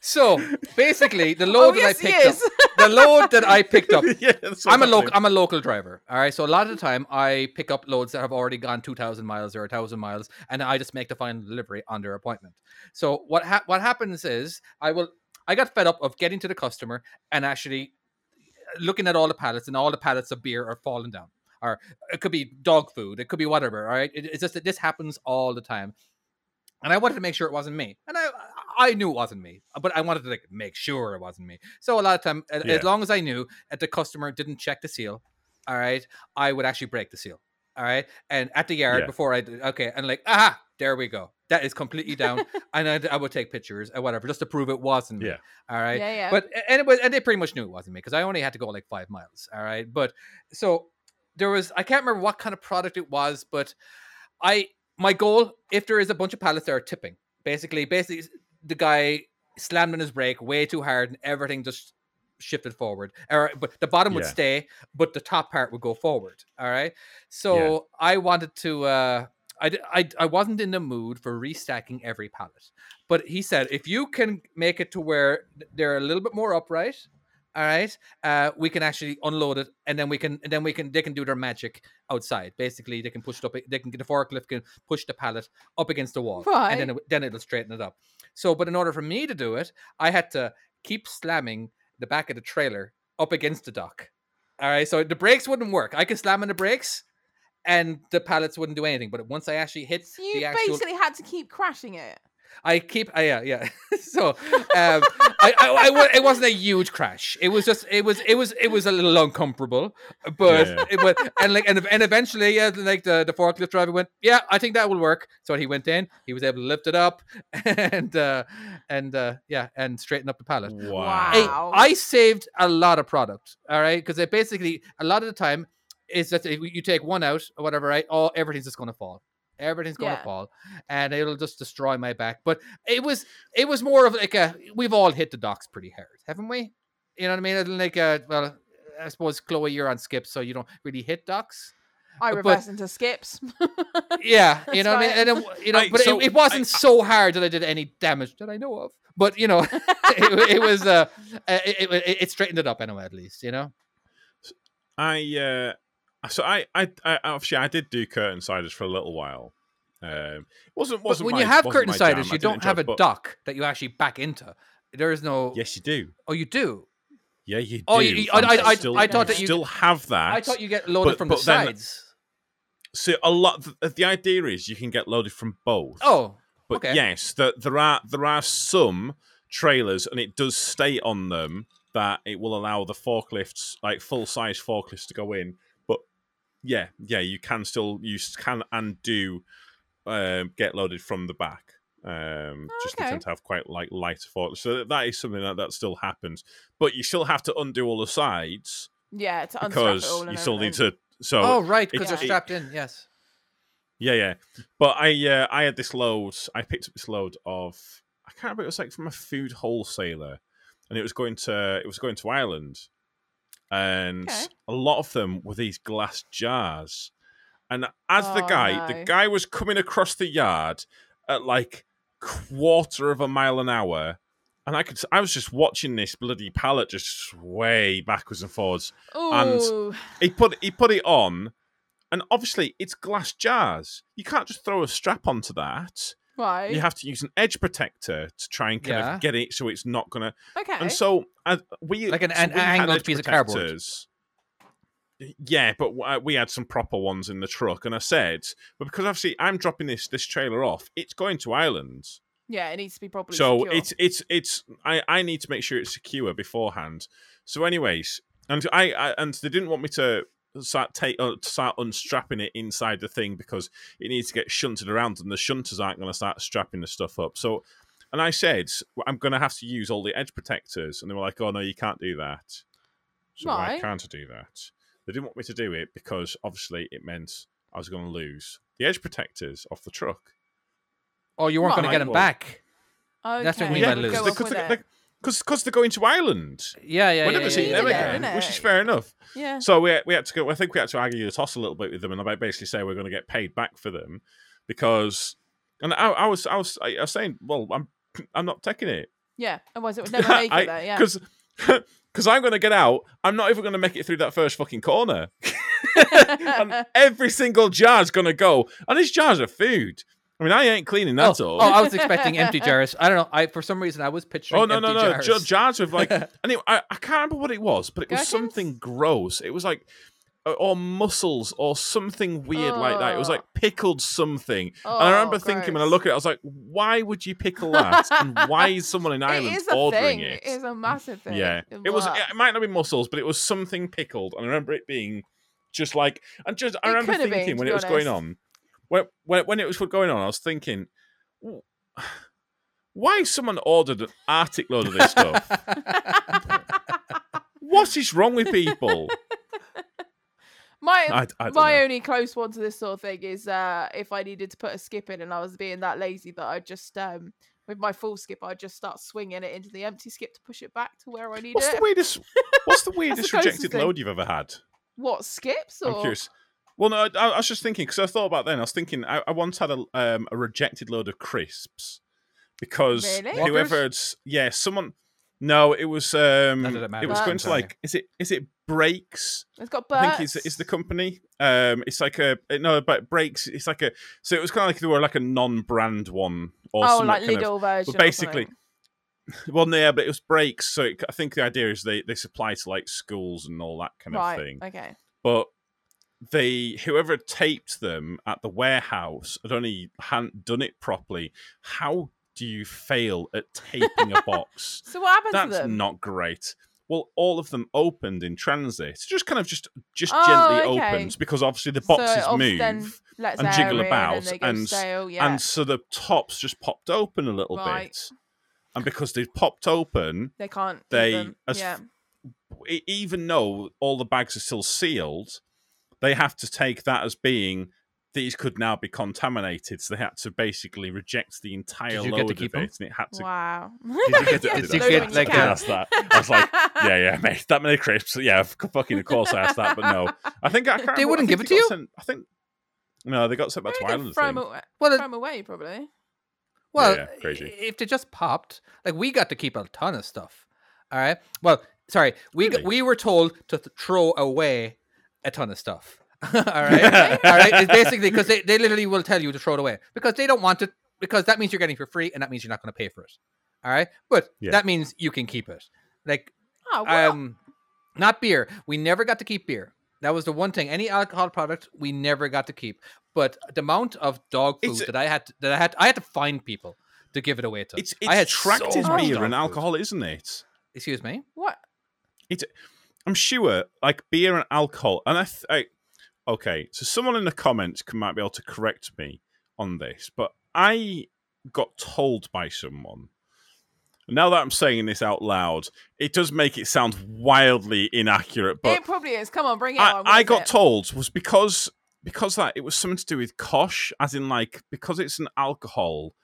S4: So basically, the load
S2: Oh, yes,
S4: that
S2: he
S4: I picked
S2: is.
S4: up, the load that I picked up
S1: yeah, that's
S4: I'm a
S1: what's
S4: local.
S1: happening.
S4: I'm a local driver. All right, so a lot of the time I pick up loads that have already gone two thousand miles or thousand miles, and I just make the final delivery on their appointment. So what ha- what happens is I will. I got fed up of getting to the customer and actually uh, looking at all the pallets, and all the pallets of beer are falling down. Or it could be dog food. It could be whatever. All right, It- it's just that this happens all the time. And I wanted to make sure it wasn't me, and I I knew it wasn't me, but I wanted to like make sure it wasn't me. So a lot of time, a-
S1: Yeah.
S4: as long as I knew, that the customer didn't check the seal, all right, I would actually break the seal, all right, and at the yard
S1: Yeah.
S4: before I did, okay, and like, aha, There we go. That is completely down. and I, I would take pictures and whatever just to prove it wasn't me.
S1: Yeah.
S4: All right.
S2: Yeah, yeah.
S4: But and it was, and they pretty much knew it wasn't me because I only had to go like five miles. All right. But so there was I can't remember what kind of product it was, but I my goal if there is a bunch of pallets that are tipping, basically, basically s- the guy slammed on his brake way too hard and everything just shifted forward. All right, but the bottom would
S1: Yeah.
S4: stay, but the top part would go forward. All right. So I wanted to. uh I, d- I, d- I wasn't in the mood for restacking every pallet, but he said if you can make it to where th- they're a little bit more upright, all right, uh, we can actually unload it, and then we can and then we can they can do their magic outside. Basically, they can push it up. They can get the forklift can push the pallet up against the wall, and then
S2: Right.
S4: it, w- then it'll straighten it up. So, but in order for me to do it, I had to keep slamming the back of the trailer up against the dock. All right, so the brakes wouldn't work. I could slam on the brakes, and the pallets wouldn't do anything. But once I actually hit
S2: So you
S4: the actual,
S2: basically had to keep crashing it.
S4: I keep, I, yeah, yeah. so um, I, I, I wa- it wasn't a huge crash. It was just, it was, it was, it was a little uncomfortable. But
S1: Yeah.
S4: it was, and like, and, ev- and eventually, yeah, like the the forklift driver went, yeah, I think that will work. So he went in, he was able to lift it up, and uh, and uh, yeah, and straighten up the pallet.
S1: Wow.
S4: Hey,
S2: Wow.
S4: I saved a lot of product. All right, because it basically a lot of the time is that if you take one out or whatever, right? All everything's just going to fall. Everything's going to
S2: Yeah.
S4: fall, and it'll just destroy my back. But it was it was more of like a we've all hit the docks pretty hard, haven't we? You know what I mean? And Like uh well, I suppose Chloe, you're on skip, so you don't really hit docks.
S1: Uh,
S2: I
S4: but-
S2: reverse into skips.
S4: Yeah, you
S2: That's
S4: know what I mean.
S2: right.
S4: And it, w- you know,
S1: I-
S4: but
S1: so
S4: it, it
S1: I-
S4: wasn't so hard that I did any damage that I know of. But you know, it, it was uh, uh, it, it, it straightened it up anyway, at least you know.
S1: I uh, so I, I I obviously I did do curtain ciders for a little while. Um, wasn't
S4: But
S1: wasn't
S4: when
S1: my,
S4: you have
S1: wasn't
S4: curtain
S1: my jam.
S4: ciders,
S1: I
S4: you
S1: didn't
S4: don't
S1: enjoy
S4: have
S1: it,
S4: a
S1: but-
S4: dock that you actually back into. There is no.
S1: Yes, you do.
S4: Oh, you do.
S1: Yeah, you do.
S4: Oh, you- you- I-
S1: And
S4: I- I-
S1: still,
S2: I thought that
S4: you-
S1: still have that.
S4: I thought you get loaded
S1: but-
S4: from the
S1: but then-
S4: sides.
S1: so a lot. The, the idea is you can get loaded from both.
S4: Oh,
S1: but
S4: okay.
S1: yes, that there are there are some trailers, and it does state on them that it will allow the forklifts, like full size forklifts, to go in. But yeah, yeah, you can still you s- can and do um, get loaded from the back. Um,
S2: Oh,
S1: just they
S2: okay.
S1: tend to have quite like lighter forklifts, so that- that is something that that still happens. But you still have to undo all the sides
S2: yeah, to unstrap it all.
S1: because
S2: and
S1: you still need
S2: everything.
S1: to. So
S4: oh, right,
S1: it's-
S4: because they're
S1: it-
S4: strapped in. Yes.
S1: yeah, yeah. But I uh, I had this load. I picked up this load of I can't remember. It was like from a food wholesaler, and it was going to it was going to Ireland, and
S2: Okay.
S1: a lot of them were these glass jars. And as the
S2: Oh,
S1: guy, the
S2: no.
S1: guy was coming across the yard at like quarter of a mile an hour. And I could, I was just watching this bloody pallet just sway backwards and forwards, and-
S2: Ooh.
S1: he put he put it on, and obviously it's glass jars. You can't just throw a strap onto that.
S2: right.
S1: You have to use an edge protector to try and kind
S4: Yeah.
S1: of get it so it's not gonna.
S2: okay.
S1: And so uh, we
S4: Like an-
S1: so
S4: an
S1: we had
S4: angled
S1: edge
S4: piece of cardboard.
S1: protectors. Yeah, but w- uh, we had some proper ones in the truck, and I said, but because obviously I'm dropping this this trailer off, it's going to Ireland.
S2: yeah, it needs to be properly
S1: So
S2: secure.
S1: it's it's it's I I need to make sure it's secure beforehand. So, anyways, and I, I and they didn't want me to start take uh, to start unstrapping it inside the thing because it needs to get shunted around, and the shunters aren't going to start strapping the stuff up. So, and I said "Well, I'm going to have to use all the edge protectors, and they were like, "Oh no, you can't do that." So why
S2: Right.
S1: can't I do that? They didn't want me to do it because obviously it meant I was going to lose the edge protectors off the truck.
S4: Oh, you weren't going to
S1: Right,
S4: get them
S1: well-
S4: back.
S2: okay.
S4: that's what we
S1: Yeah,
S4: might
S2: we'll
S4: lose.
S2: go
S1: because
S2: off with
S1: they,
S2: it.
S1: they, cause, 'cause they're going to Ireland.
S4: Yeah, yeah,
S1: We'll
S4: yeah.
S1: never
S4: yeah,
S1: see
S4: yeah,
S1: them
S4: yeah,
S1: again,
S2: yeah.
S1: which is fair enough.
S2: Yeah.
S1: So we we had to go. I think we had to argue the toss a little bit with them, and I basically say we're going to get paid back for them because. And I, I was I was I was saying, well, I'm I'm not taking it
S2: Yeah. Otherwise, it would never make it. Though. Yeah.
S1: because because I'm going to get out. I'm not even going to make it through that first fucking corner. And every single jar's going to go, and these jars are food. I mean, I ain't cleaning that
S4: Oh,
S1: up.
S4: oh, I was expecting empty jars. I don't know. I for some reason I was picturing.
S1: Oh no no
S4: empty
S1: no!
S4: Jars.
S1: Jars, jars with like anyway, I, I can't remember what it was, but it was
S2: Gherkins?
S1: something gross. It was like uh, or mussels or something weird like that. It was
S2: Oh.
S1: like pickled something, and I remember
S2: Oh,
S1: thinking when I
S2: gross.
S1: look at it, I was like, why would you pickle that? and why is someone in
S2: it
S1: Ireland
S2: is a
S1: ordering
S2: thing.
S1: it?
S2: It is a massive thing.
S1: yeah, it was.
S2: Blah.
S1: It might not be mussels, but it was something pickled, and I remember it being just like and just I
S2: It
S1: remember
S2: could have been,
S1: thinking
S2: to
S1: when
S2: be
S1: it was going on.
S2: honest.
S1: when when when it was going on, I was thinking, "W- why has someone ordered an Arctic load of this stuff? what is wrong with people?
S2: My
S1: I, I don't
S2: my
S1: know.
S2: only close one to this sort of thing is uh, if I needed to put a skip in and I was being that lazy that I just um with my full skip I'd just start swinging it into the empty skip to push it back to where I needed
S1: What's
S2: it.
S1: the weirdest? What's the weirdest
S2: closest
S1: rejected
S2: thing.
S1: load you've ever had?
S2: What skips
S1: I'm
S2: or
S1: curious. Well, no, I, I was just thinking because I thought about then. I was thinking I, I once had a um, a rejected load of crisps because
S2: Really?
S4: Whoppers?
S1: whoever, it's- yeah, someone. No, it was um,
S4: None of that
S1: it
S4: matters,
S1: was going
S4: I'm
S1: to
S4: telling
S1: like is it is it breaks?
S2: it's got
S1: I
S2: birds.
S1: think it's it's the company. Um, it's like a no, but breaks. It's like a so it was kind of like they were like a non-brand one or
S2: oh
S1: some
S2: like
S1: kind of-
S2: Lidl version.
S1: but
S2: or
S1: basically,
S2: something.
S1: well, no, yeah, but it was breaks. So it, I think the idea is they they supply to like schools and all that kind
S2: right?
S1: of thing
S2: Okay,
S1: but they whoever taped them at the warehouse had only hadn't done it properly. How do you fail at taping a box?
S2: so what happened to
S1: That's
S2: them?
S1: not great. Well, all of them opened in transit, so just kind of just just
S2: Oh,
S1: gently
S2: okay.
S1: opens because obviously the
S2: So it
S1: boxes move,
S2: obviously then lets
S1: and
S2: air
S1: jiggle
S2: in
S1: about
S2: and, they go
S1: and-
S2: stale, yeah.
S1: and so the tops just popped open a little
S2: Right.
S1: bit, and because they popped open,
S2: they can't. eat
S1: they-
S2: them,
S1: as
S2: yeah.
S1: e- even though all the bags are still sealed, they have to take that as being these could now be contaminated. So they had to basically reject the entire
S4: you get
S1: load
S4: to
S1: of it,
S4: keep 'em?
S1: and it had to.
S2: Wow.
S4: you get-
S1: Yeah, I
S4: did
S1: did
S4: you get,
S1: ask that.
S4: like,
S1: I
S4: a-
S1: did ask that. I was like, yeah, yeah, mate, that many crisps. Yeah, of cou- fucking, of course I asked that, but no, I think I can't.
S4: They
S1: remember- I think
S4: wouldn't give it
S1: they
S4: to
S1: got
S4: you?
S1: sent- I think no, they got sent back to
S2: Throw
S1: Ireland. I
S2: them
S1: think.
S2: away,
S4: Well,
S2: throw
S4: it-
S2: 'em away probably.
S4: Well,
S1: Yeah, crazy.
S4: i- If they just popped, like we got to keep a ton of stuff. All right. Well, sorry, we got,
S1: Really?
S4: we were told to th- throw away a ton of stuff. all right. all right. It's basically because they, they literally will tell you to throw it away because they don't want it because that means you're getting it for free and that means you're not going to pay for it. All right. But
S1: Yeah.
S4: that means you can keep it. Like
S2: Oh, wow.
S4: um, not beer. We never got to keep beer. That was the one thing. Any alcohol product we never got to keep. But the amount of dog food
S1: It's a-
S4: that I had to, that I had I had to find people to give it away to.
S1: It's
S4: I
S1: it's
S4: had
S1: tracked
S4: so
S1: his
S4: much
S1: beer
S4: dog
S1: and
S4: food.
S1: alcohol, isn't it?
S4: Excuse me.
S2: what?
S1: I'm sure, like beer and alcohol, and I, th- I okay. So someone in the comments can might be able to correct me on this, but I got told by someone. Now that I'm saying this out loud, it does make it sound wildly inaccurate. But
S2: it probably is. Come on, bring it
S1: I,
S2: on. what
S1: I
S2: is
S1: got
S2: it?
S1: told was because because that it was something to do with kosh, as in like because it's an alcohol,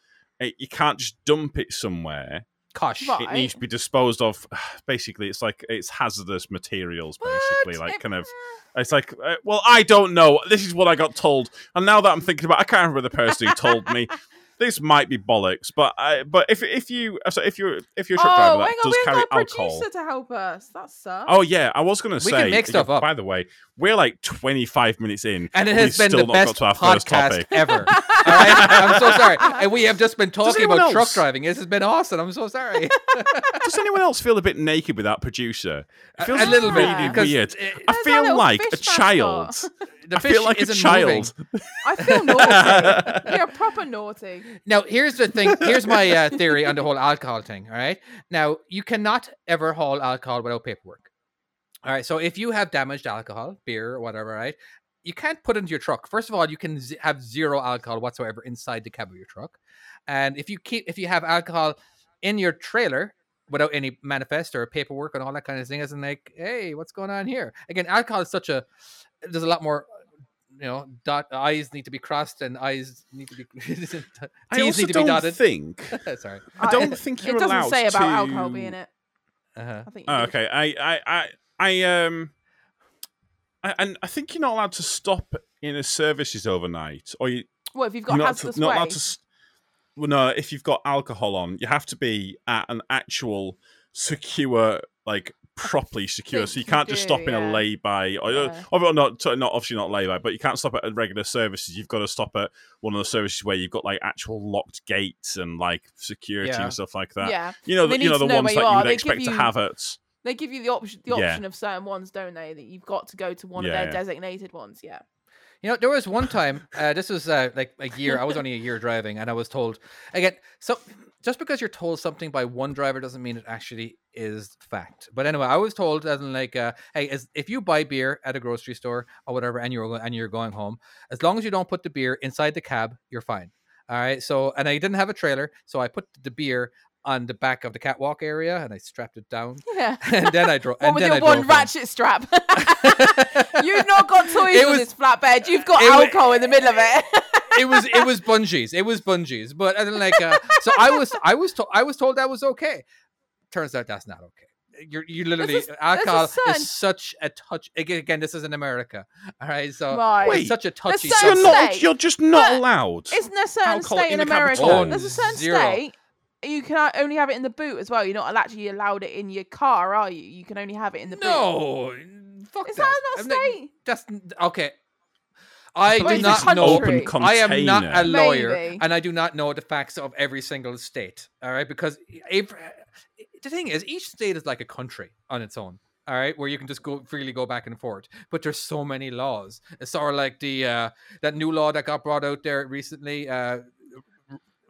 S1: it, you can't just dump it somewhere.
S4: Kosh.
S2: Right.
S1: It needs to be disposed of. Basically, it's like it's hazardous materials. Basically,
S2: What?
S1: like
S2: It-
S1: kind of it's like, uh, well, I don't know. This is what I got told, and now that I'm thinking about, it, I can't remember the person who told me. This might be bollocks, but I, but if if you uh, so if you if you're a truck
S2: Oh,
S1: driver
S2: hang
S1: that
S2: on,
S1: does
S2: we've
S1: carry
S2: got a
S1: alcohol.
S2: producer to help us. That sucks.
S1: Oh yeah, I was gonna
S4: We
S1: say.
S4: can make stuff
S1: yeah,
S4: up.
S1: By the way, we're like 25 minutes in,
S4: And it
S1: we've
S4: has been
S1: still
S4: the
S1: not
S4: best
S1: got to our first
S4: podcast
S1: topic.
S4: ever. All right? I'm so sorry. And we have just been talking
S1: anyone
S4: about truck
S1: else-
S4: driving. This has been awesome. I'm so sorry.
S1: Does anyone else feel a bit naked without producer? It
S4: A-
S1: feels
S4: a little bit,
S1: really
S4: because
S1: weird.
S4: it-
S1: I
S2: There's our
S1: feel
S2: little
S1: like a
S2: fish mascot.
S1: child.
S4: The
S1: I
S4: fish
S1: feel like a
S4: isn't moving.
S1: child.
S2: I feel naughty. You're proper naughty.
S4: Now, here's the thing. Here's my uh, theory on the whole alcohol thing. All right. Now, you cannot ever haul alcohol without paperwork. All right. So, if you have damaged alcohol, beer, or whatever, right, you can't put it into your truck. First of all, you can z- have zero alcohol whatsoever inside the cab of your truck. And if you keep, if you have alcohol in your trailer without any manifest or paperwork and all that kind of thing, isn't like, hey, what's going on here? Again, alcohol is such a, there's a lot more. You know, dot I's need to be crossed and I's need to be
S1: I
S4: T's
S1: also
S4: need to be
S1: don't
S4: dotted.
S1: think
S4: Sorry.
S1: I
S2: Uh,
S1: don't
S2: it-
S1: think
S2: It
S1: you're
S2: doesn't
S1: allowed
S2: say about
S1: to...
S2: alcohol being it.
S4: Uh-huh.
S2: I think. you
S1: Oh,
S2: did.
S1: okay. I, I, I, I, um, I, and I think you're not allowed to stop in a services overnight, or you,
S2: Well, if you've
S1: you're
S2: got
S1: not, to,
S2: hazardous
S1: not allowed to. s-
S2: waste,
S1: Well, no, if you've got alcohol on, you have to be at an actual secure, like properly secure. So you
S2: think you
S1: can't just
S2: do,
S1: stop in
S2: yeah.
S1: a lay by, or
S2: Yeah.
S1: or not, t- not obviously not lay by, but you can't stop at a regular services. You've got to stop at one of the services where you've got like actual locked gates and like security
S4: Yeah.
S1: and stuff like that.
S2: yeah,
S1: You know,
S2: They
S1: the, you
S2: need
S1: know
S2: to
S1: the
S2: know
S1: ones
S2: where
S1: that
S2: you
S1: you
S2: are.
S1: would
S2: They give
S1: expect to
S2: you-
S1: have at.
S2: they give you the option, the
S1: Yeah.
S2: option of certain ones, don't they? That you've got to go to one of
S1: Yeah,
S2: their
S1: yeah.
S2: designated ones. Yeah.
S4: You know, there was one time. Uh, this was uh, like a year. I was only a year driving, and I was told again. So just because you're told something by one driver doesn't mean it actually is fact. But anyway, I was told as in like, uh, hey, as, if you buy beer at a grocery store or whatever, and you're and you're going home, as long as you don't put the beer inside the cab, you're fine. All right. So, and I didn't have a trailer, so I put the beer on the back of the catwalk area, and I strapped it down,
S2: Yeah.
S4: and then I drove.
S2: What
S4: and
S2: with
S4: then
S2: your
S4: I
S2: one
S4: drove home.
S2: ratchet strap? You've not got toys
S4: It
S2: on
S4: was-
S2: this flatbed. You've got
S4: it wa-
S2: alcohol in the middle of it.
S4: it was it was bungees. It was bungees. But and then like uh, so I was I was told I was told that was okay. Turns out that's not okay. You're you literally
S2: is- this is
S4: alcohol
S2: certain-
S4: is such a touch aga- again, this is in America. All right, so
S2: Right.
S4: it's
S1: Wait,
S4: such a touchy
S2: certain
S1: You're
S4: subject.
S2: Don't
S1: not.
S2: say.
S1: You're just not
S2: But
S1: allowed.
S2: Isn't there a certain
S1: Alcohol
S2: state
S1: in
S2: in
S1: the
S2: America?
S1: capital.
S2: There's a certain
S4: Oh, Zero.
S2: state you can only have it in the boot as well. You're not allowed actually allowed it in your car, are you? You can only have it in the boot.
S4: No fuck
S2: Is that not
S4: I'm like,
S2: state?
S4: that's okay. I
S2: But
S4: do
S2: it's a
S4: not know
S2: country.
S1: open container.
S4: I am not a lawyer,
S2: Maybe.
S4: and I do not know the facts of every single state. All right, because ev- the thing is, each state is like a country on its own. All right, where you can just go freely go back and forth, but there's so many laws. It's sort of like the uh, that new law that got brought out there recently, uh,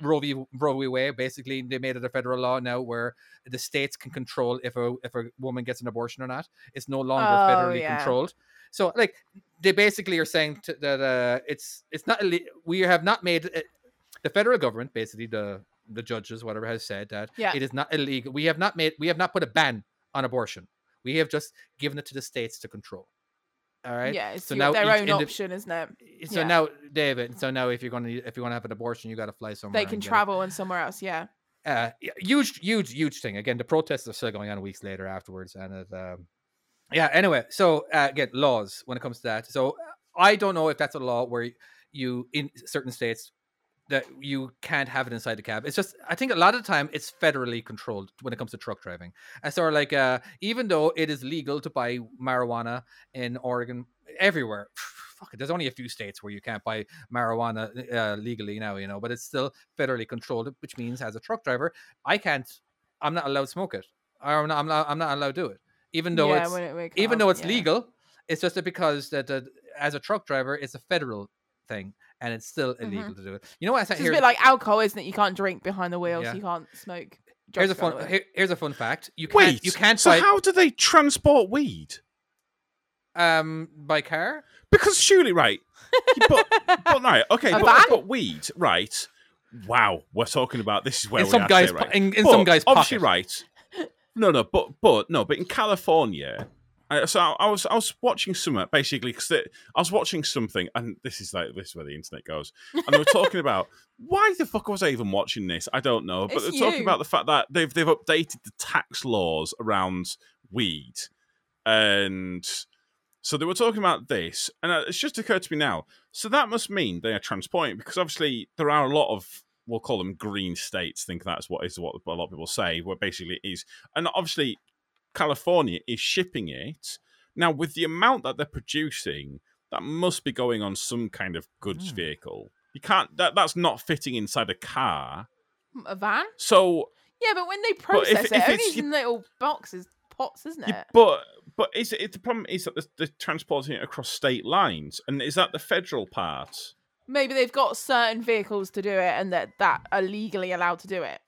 S4: Roe v. Roe v. Wade. Basically, they made it a federal law now where the states can control if a if a woman gets an abortion or not. It's no longer
S2: Oh,
S4: federally
S2: yeah.
S4: controlled. So, like, they basically are saying to, that uh, it's it's not ille- we have not made it, the federal government basically the the judges whatever has said that
S2: Yeah.
S4: it is not illegal we have not made we have not put a ban on abortion we have just given it to the states to control all right
S2: Yeah, it's
S4: So
S2: your- their
S4: each
S2: own
S4: indiv-
S2: option, isn't it?
S4: so
S2: yeah.
S4: now david so now if you're going to if you want to have an abortion you got to fly somewhere
S2: They can
S4: and get it.
S2: travel and somewhere else. Yeah.
S4: uh y- huge huge huge thing again the protests are still going on weeks later afterwards and it um yeah anyway so uh, again laws when it comes to that so uh, i don't know if that's a law where y- you in certain states that you can't have it inside the cab it's just i think a lot of the time it's federally controlled when it comes to truck driving and so like uh even though it is legal to buy marijuana in oregon everywhere fuck it, there's only a few states where you can't buy marijuana uh, legally now you know but it's still federally controlled which means as a truck driver i can't i'm not allowed to smoke it i'm not i'm not, I'm not allowed to do it even though
S2: yeah,
S4: it's
S2: when it- when it
S4: even
S2: comes,
S4: though it's
S2: Oh, yeah.
S4: legal it's just that because that that as a truck driver it's a federal thing and it's still illegal to do it you know what i said
S2: It's Mm-hmm. just a bit like alcohol, isn't it? You can't drink behind the wheel,
S4: Yeah.
S2: so you can't smoke.
S4: here's
S2: drugs
S4: a
S2: behind
S4: fun
S2: the wheel.
S4: here- here's a fun fact you can't
S1: Wait,
S4: you can't
S1: So
S4: buy
S1: how do they transport weed?
S4: um by car
S1: Because surely, right? you- But, but right, okay,
S2: A
S1: but,
S2: van?
S1: but weed, right? Wow, we're talking about this is where
S4: in
S1: we
S4: some
S1: are
S4: guy's
S1: today,
S4: po-
S1: right?
S4: in, in
S1: But
S4: some guy's
S1: obviously,
S4: pocket
S1: right? No, no, but but no, but in California, I, so I, I was I was watching something basically because I was watching something, and this is like this is where the internet goes, and they were talking about why the fuck was I even watching this? I don't know, but
S2: It's
S1: they're talking
S2: you.
S1: about the fact that they've they've updated the tax laws around weed, and so they were talking about this, and uh, it's just occurred to me now. So that must mean they are transporting because obviously there are a lot of we'll call them green states. Think that's what is what a lot of people say. Where basically it is, and obviously California is shipping it now with the amount that they're producing. That must be going on some kind of goods
S4: Mm.
S1: vehicle. You can't. That that's not fitting inside a car.
S2: M- A van?
S1: So
S2: Yeah, but when they
S1: But if-
S2: process
S1: if
S2: it,
S1: it's
S2: only
S1: you-
S2: in little boxes, pots, isn't
S1: Yeah,
S2: it?
S1: but but is it the problem is that they're, they're transporting it across state lines, and is that the federal part?
S2: Maybe they've got certain vehicles to do it, and that that are legally allowed to do it.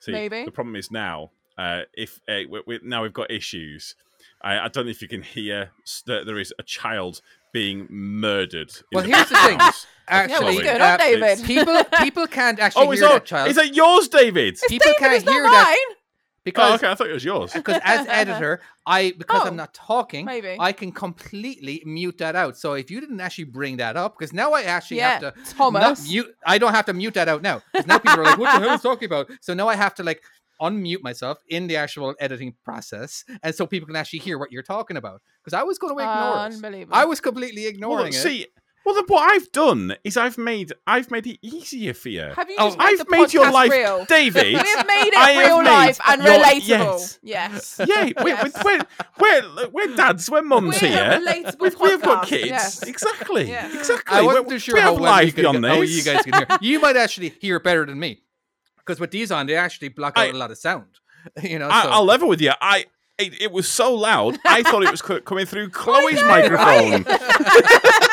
S1: See,
S2: Maybe.
S1: the problem is now. Uh, if uh, we, we, now we've got issues, I, I don't know if you can hear s- that there is a child being murdered. in
S4: Well, here's the thing.
S1: background.
S2: Yeah,
S4: actually
S2: what's
S1: Sorry.
S2: going on,
S4: uh,
S2: David?
S4: people people can't actually
S1: Oh, is
S4: hear that
S1: that,
S4: child
S1: is that yours, David?
S4: people
S2: David,
S4: can't
S2: it's not
S4: hear that
S2: mine!
S4: because
S1: Oh, okay, I thought it was yours.
S4: because as editor, I because
S2: Oh,
S4: I'm not talking,
S2: maybe.
S4: I can completely mute that out. So if you didn't actually bring that up, because now I actually
S2: Yeah,
S4: have to not
S2: Thomas.
S4: mute. I don't have to mute that out now. 'cause now people are like, "What the hell is talking about?" So now I have to like unmute myself in the actual editing process, and so people can actually hear what you're talking about. Because I was going to ignore it.
S2: Unbelievable.
S4: I was completely ignoring
S1: Well,
S4: it.
S1: see, well, then what I've done is I've made I've made it easier for you.
S2: Have you
S4: Oh,
S2: just made the
S1: I've made your
S2: podcast
S1: life,
S2: real?
S1: David.
S2: We've made it
S1: I have
S2: real
S1: made
S2: life and
S1: your-
S2: relatable. Yes.
S1: Yeah, we're, we're, we're, we're, we're dads, we're mums
S2: We're a
S1: here.
S2: relatable
S1: We've, we've got
S2: podcast,
S1: kids.
S2: yes.
S1: Exactly.
S2: Yeah.
S1: Exactly.
S4: I
S1: We're-
S4: wasn't too sure
S1: we
S4: how
S1: have
S4: well you,
S1: life
S4: could,
S1: beyond
S4: how
S1: this.
S4: you guys can hear. You might actually hear better than me, because with these on, they actually block out
S1: I-
S4: a lot of sound. You know,
S1: I,
S4: so.
S1: I'll level with you. I It, it was so loud, I thought it was co- coming through Chloe's
S2: know,
S1: microphone.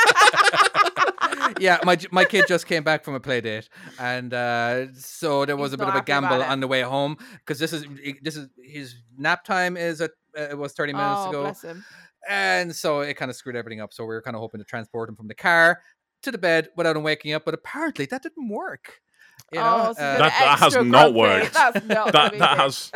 S4: yeah, my my kid just came back from a play date, and uh, so there was
S2: He's
S4: a bit
S2: not
S4: of a
S2: happy about
S4: gamble
S2: it.
S4: on the way home because this is this is his nap time is at uh, it was thirty minutes
S2: oh,
S4: ago,
S2: bless him.
S4: and so it kind of screwed everything up. So we were kind of hoping to transport him from the car to the bed without him waking up, but apparently that didn't work. You know,
S2: oh, so
S4: uh,
S2: you're
S1: That- that has
S2: extra
S1: not
S2: grumpy.
S1: worked.
S2: That's not
S1: That,
S2: gonna be
S1: that
S2: good.
S1: has.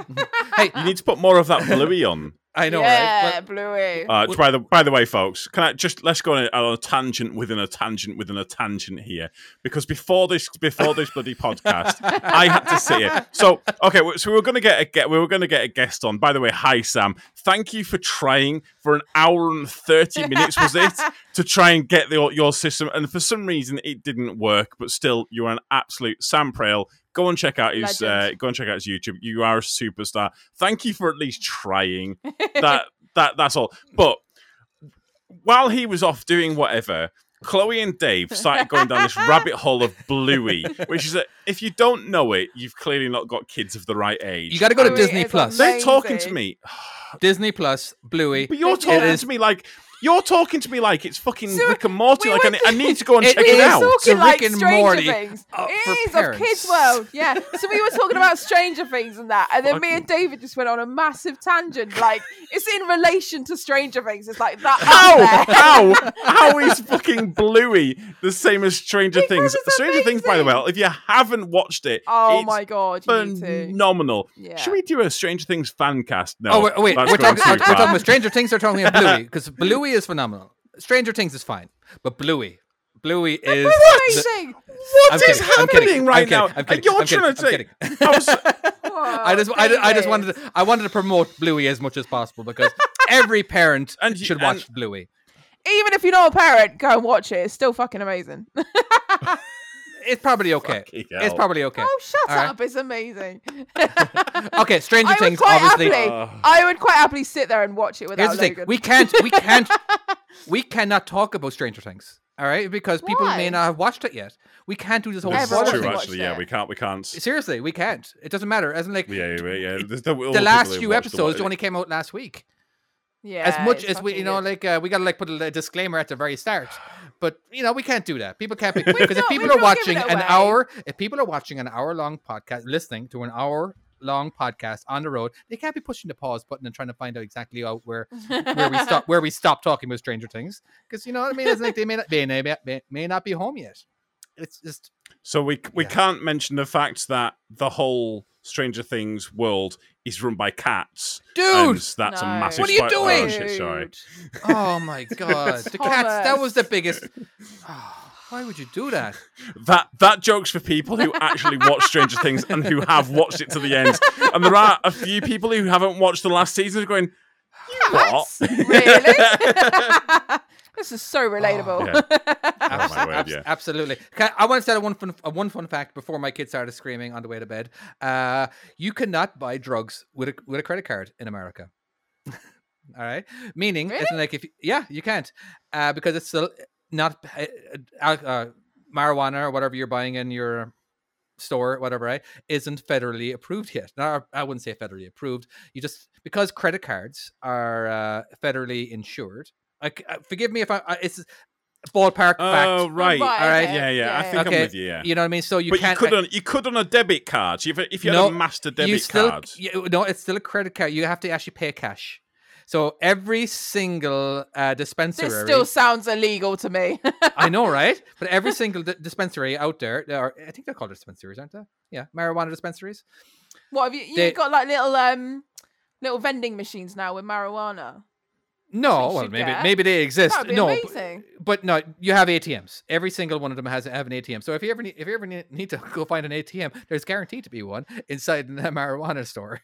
S4: hey,
S1: You need to put more of that bluey on.
S4: I know,
S2: yeah,
S4: right? Well,
S2: Bluey.
S1: Uh, by the by the way, folks, can I just let's go on a, on a tangent within a tangent within a tangent here because before this before this bloody podcast, I had to see it. So okay, we- so we were going to get a get we were going to get a guest on. By the way, hi Sam, thank you for trying for an hour and thirty minutes was it to try and get the, your system, and for some reason it didn't work. But still, you're an absolute Sam Prale. Go and check out his uh,
S2: Legend.
S1: go and check out his YouTube. You are a superstar. Thank you for at least trying. That that that's all. But while he was off doing whatever, Chloe and Dave started going down this rabbit hole of Bluey, which is that if you don't know it, you've clearly not got kids of the right age.
S4: you got to go to
S2: Bluey
S4: Disney
S2: is
S4: Plus.
S1: They're talking to
S2: Amazing.
S1: me,
S4: Disney Plus, Bluey.
S1: but you're
S2: It
S1: talking
S4: is-
S1: to me like you're talking to me like it's fucking
S2: So
S1: Rick and Morty.
S2: we
S1: like I,
S2: were
S1: ne- I need to go and
S4: It
S1: check
S4: is
S1: it out.
S4: so-
S2: Talking
S4: to
S2: like
S4: Rick and
S2: Stranger
S4: Morty,
S2: Things.
S4: uh, for
S2: it is of
S4: parents.
S2: Kids World, yeah. So we were talking about Stranger Things and that, and then me and David just went on a massive tangent. Like it's in relation to Stranger Things. It's like that.
S1: How?
S2: up there.
S1: How? How is fucking Bluey the same as Stranger Things?
S2: it's
S1: Stranger Things, by the way, if you haven't watched it,
S2: Oh
S1: it's
S2: my god, you need to.
S1: phenomenal.
S2: Yeah.
S1: Should we do a Stranger Things fan cast? No.
S4: oh, wait, wait
S1: that's
S4: we're,
S1: going
S4: talking,
S1: too
S4: we're
S1: far.
S4: talking about Stranger Things or talking about Bluey? Because Bluey is phenomenal. Stranger Things is fine, but Bluey, Bluey is. the-
S2: Amazing.
S1: What
S4: I'm
S1: is
S4: kidding, I'm
S1: happening
S4: kidding, I'm
S1: right
S4: kidding,
S1: now?
S4: I'm kidding,
S1: You're
S4: I'm
S1: trying to
S4: kidding, I'm
S1: say. I was-
S4: I just, I, I just wanted, to, I wanted to promote Bluey as much as possible because every parent
S1: And you-
S4: should
S1: and-
S4: watch Bluey.
S2: Even if you're not a parent, go and watch it. It's still fucking amazing.
S4: It's probably okay.
S1: Fucking hell.
S4: It's probably okay.
S2: oh, shut
S4: All right.
S2: up! It's amazing.
S4: Okay, Stranger
S2: I would
S4: Things,
S2: quite
S4: obviously.
S2: happily, I would quite happily sit there and watch it without
S4: Here's the thing:
S2: Logan.
S4: we can't, we can't, we cannot talk about Stranger Things. All right, because people
S2: Why?
S4: may not have watched it yet. We can't do this whole
S1: This
S2: Everyone
S1: is
S4: spoiler
S2: watched
S1: true,
S4: thing.
S2: it.
S1: actually. Yeah, we can't. We can't.
S4: Seriously, we can't. It doesn't matter. As in, like
S1: Yeah, yeah, yeah. There's no- all
S4: the last
S1: people
S4: few
S1: who've watched the
S4: episodes
S1: lot-
S4: only came out last week.
S2: yeah,
S4: as much
S2: it's
S4: as we, you
S2: fucking
S4: know,
S2: good.
S4: like uh, we gotta like put a, li- disclaimer at the very start. But you know, we can't do that. People can't because if
S2: not-
S4: people
S2: we're
S4: are
S2: not giving
S4: watching
S2: it
S4: an
S2: away.
S4: hour, if people are watching an hour long podcast, listening to an hour long podcast on the road, they can't be pushing the pause button and trying to find out exactly out where where we stop where we stop talking about Stranger Things because you know what I mean. It's like they may not they may, may, may not be home yet. It's just
S1: So we we
S4: Yeah.
S1: can't mention the fact that the whole Stranger Things world is run by cats. and
S4: dude.
S1: that's a
S2: No.
S1: massive.
S4: What are you
S1: spo- oh,
S4: doing?
S1: shit, sorry.
S2: Dude.
S4: oh my god, the cats. That was the biggest. Oh, why would you do that?
S1: That that joke's for people who actually watch Stranger Things and who have watched it to the end. And there are a few people who haven't watched the last season are going, what?
S2: Cats? really? this is so relatable.
S1: Yeah. Oh,
S4: Abs-
S1: my word,
S4: abs-
S1: yeah.
S4: Absolutely. Can I, I want to tell one fun, uh, one fun fact before my kids started screaming on the way to bed. Uh, you cannot buy drugs with a, with a credit card in America. All right, meaning as in, like if you, yeah, you can't uh, because it's still not uh, uh, uh, marijuana or whatever you're buying in your store, whatever, right, isn't federally approved yet. No, I wouldn't say federally approved. You just because credit cards are uh, federally insured. Like, uh, forgive me if I, I it's ballpark
S1: Oh
S4: fact.
S1: right,
S2: Right,
S1: all right,
S2: okay.
S1: yeah, yeah. I
S2: Yeah,
S1: think
S4: Okay.
S1: I'm with you. Yeah.
S4: You know what I mean? So you
S1: but you
S4: can't.
S1: could
S4: I-
S1: on you could on a debit card. So If if you had
S4: No,
S1: a master debit
S4: you still,
S1: card,
S4: You, no, it's still a credit card. You have to actually pay cash. So every single uh, dispensary.
S2: This still sounds illegal to me.
S4: I know, right? But every single di- dispensary out there, there are, I think they're called dispensaries, aren't they? Yeah, marijuana dispensaries.
S2: what have you? You've
S4: They-
S2: got like little um little vending machines now with marijuana.
S4: No,
S2: we
S4: well,
S2: should
S4: maybe
S2: get.
S4: maybe they exist.
S2: That'd be
S4: no, but-
S2: amazing.
S4: But, no, you have ATMs. Every single one of them has have an ATM. So if you ever need, if you ever need need to go find an ATM, there's guaranteed to be one inside in that marijuana store.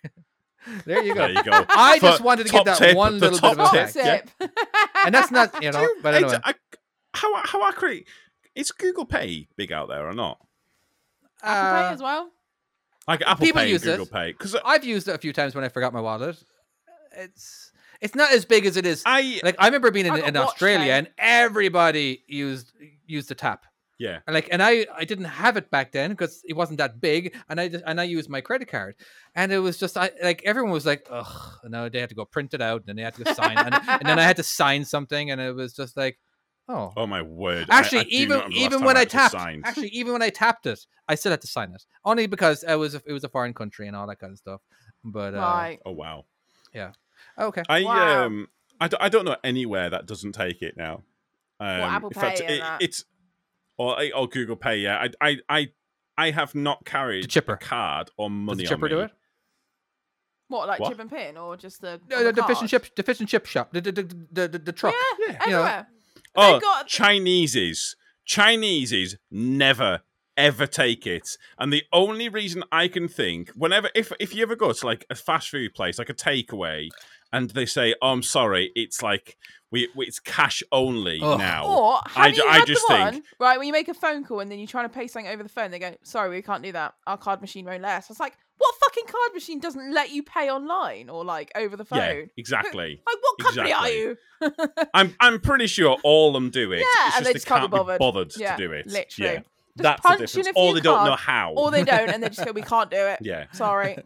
S4: there you go.
S1: there you go.
S4: I
S1: For
S4: just wanted to
S1: top
S4: get that
S1: tip,
S4: one
S1: the
S4: little bit of a
S1: top
S2: Top
S1: Contact,
S4: fact.
S1: tip. yeah.
S2: tip.
S4: and that's not you know.
S1: Do-
S4: But
S1: I-
S4: anyway,
S1: I- how how accurate is Google Pay big out there or not?
S2: Apple Pay
S4: uh,
S2: as well.
S1: Like Apple
S4: People
S1: Pay, and
S4: use
S1: Google
S4: it.
S1: Pay, because
S4: I've used it a few times when I forgot my wallet. It's it's not as big as it is.
S1: I
S4: like I remember being in,
S2: I got
S4: in
S2: watch
S4: Australia
S2: pay.
S4: and everybody used used the tap.
S1: Yeah.
S4: And like, and I I didn't have it back then because it wasn't that big, and I just, and I used my credit card, and it was just I like everyone was like, ugh, and now they had to go print it out, and then they had to go sign, and, and then I had to sign something, and it was just like, oh.
S1: Oh my word! I-
S4: Actually,
S1: I do
S4: even
S1: not remember the last
S4: even
S1: time
S4: when I
S1: actually
S4: tapped,
S1: signed.
S4: actually even when I tapped it, I still had to sign it, only because it was a, it was a foreign country and all that kind of stuff. But uh, oh,
S2: right.
S1: oh wow.
S4: okay,
S1: I
S2: Wow.
S1: um I, d- I don't know anywhere that doesn't take it now. Um,
S2: Apple
S1: in fact,
S2: Pay and
S1: it-
S4: uh,
S2: that.
S1: it's or or Google Pay. Yeah, I I I, I have not carried
S4: The chipper.
S1: a card or
S4: does
S1: money.
S4: the
S1: on
S4: chipper do
S1: me.
S4: it?
S2: Oh What, like
S1: What?
S2: chip and pin or just the.
S4: No,
S2: on
S4: the, the fish
S2: card?
S4: and chip, the fish and chip shop, the the the, the, the, the truck.
S2: Yeah,
S1: Yeah.
S4: You know.
S2: everywhere.
S1: Oh,
S2: They got-
S1: Chinese's Chinese's never ever take it. And the only reason I can think, whenever if if you ever go to like a fast food place, like a takeaway, and they say, "Oh, I'm sorry," it's like we we- it's cash only
S4: Ugh.
S1: now.
S2: Or
S1: I
S2: have
S1: ju-
S2: you
S1: I
S2: had
S1: just
S2: the
S1: think-
S2: one right when you make a phone call and then you're trying to pay something over the phone? They go, "Sorry, we can't do that. Our card machine won't let us." I was like, "What fucking card machine doesn't let you pay online or like over the phone?
S1: yeah, exactly.
S2: Like, what company
S1: Exactly.
S2: are you?"
S1: I'm I'm pretty sure all them do it.
S2: Yeah,
S1: it's just
S2: and they just can't be bothered. Yeah,
S1: to do it.
S2: literally.
S1: Yeah,
S2: Just
S1: that's the
S2: punch in
S1: difference.
S2: a
S1: Or
S2: few
S1: they don't know
S2: cards,
S1: how.
S2: Or they don't, and they just go, "We can't do it.
S1: yeah,
S2: Sorry."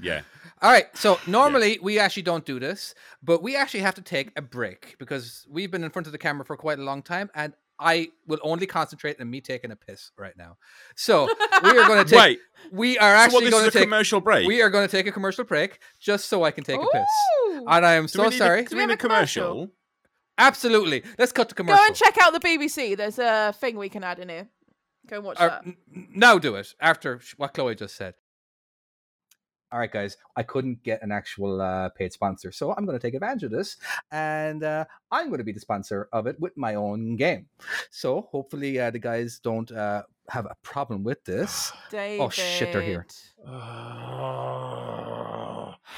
S1: yeah.
S4: All right. So normally we actually don't do this, but we actually have to take a break because we've been in front of the camera for quite a long time and I will only concentrate on me taking a piss right now. So we are going to take.
S1: Wait,
S4: We are
S1: so what?
S4: actually
S1: This is
S4: going
S1: a
S4: to take.
S1: commercial break.
S4: We are going to take a commercial break just so I can take a piss.
S2: Ooh.
S4: And I am
S1: Do we
S4: so
S1: need a-
S4: sorry.
S1: do
S2: Do
S1: we
S2: we
S1: need a
S2: have a commercial?
S1: commercial?
S4: Absolutely. Let's cut to commercial.
S2: Go and check out the BBC. There's a thing we can add in here. Go and watch
S4: Or,
S1: Er,
S2: that.
S4: n- n- now do it after sh- what Chloe just said. All right, guys, I couldn't get an actual uh, paid sponsor, so I'm going to take advantage of this, and uh, I'm going to be the sponsor of it with my own game. So hopefully, uh, the guys don't uh, have a problem with this.
S2: David.
S4: Oh, shit, they're here.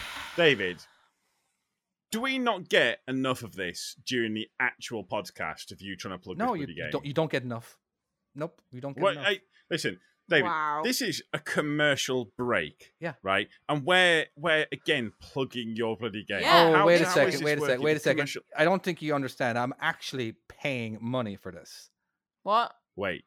S1: David, do we not get enough of this during the actual podcast of you trying to plug
S4: No,
S1: this
S4: you,
S1: bloody
S4: you
S1: game?
S4: don't. You don't get enough. Nope, you don't get
S1: Wait,
S4: enough.
S1: I- listen, David,
S2: Wow.
S1: this is a commercial break.
S4: Yeah.
S1: Right? And we're, we're again, plugging your bloody game.
S2: Yeah.
S4: Oh,
S1: How-
S4: wait a
S1: how is
S4: second,
S1: this
S4: wait a second,
S1: working?
S4: wait a
S1: The
S4: second.
S1: commercial-
S4: I don't think you understand. I'm actually paying money for this.
S2: What?
S1: Wait.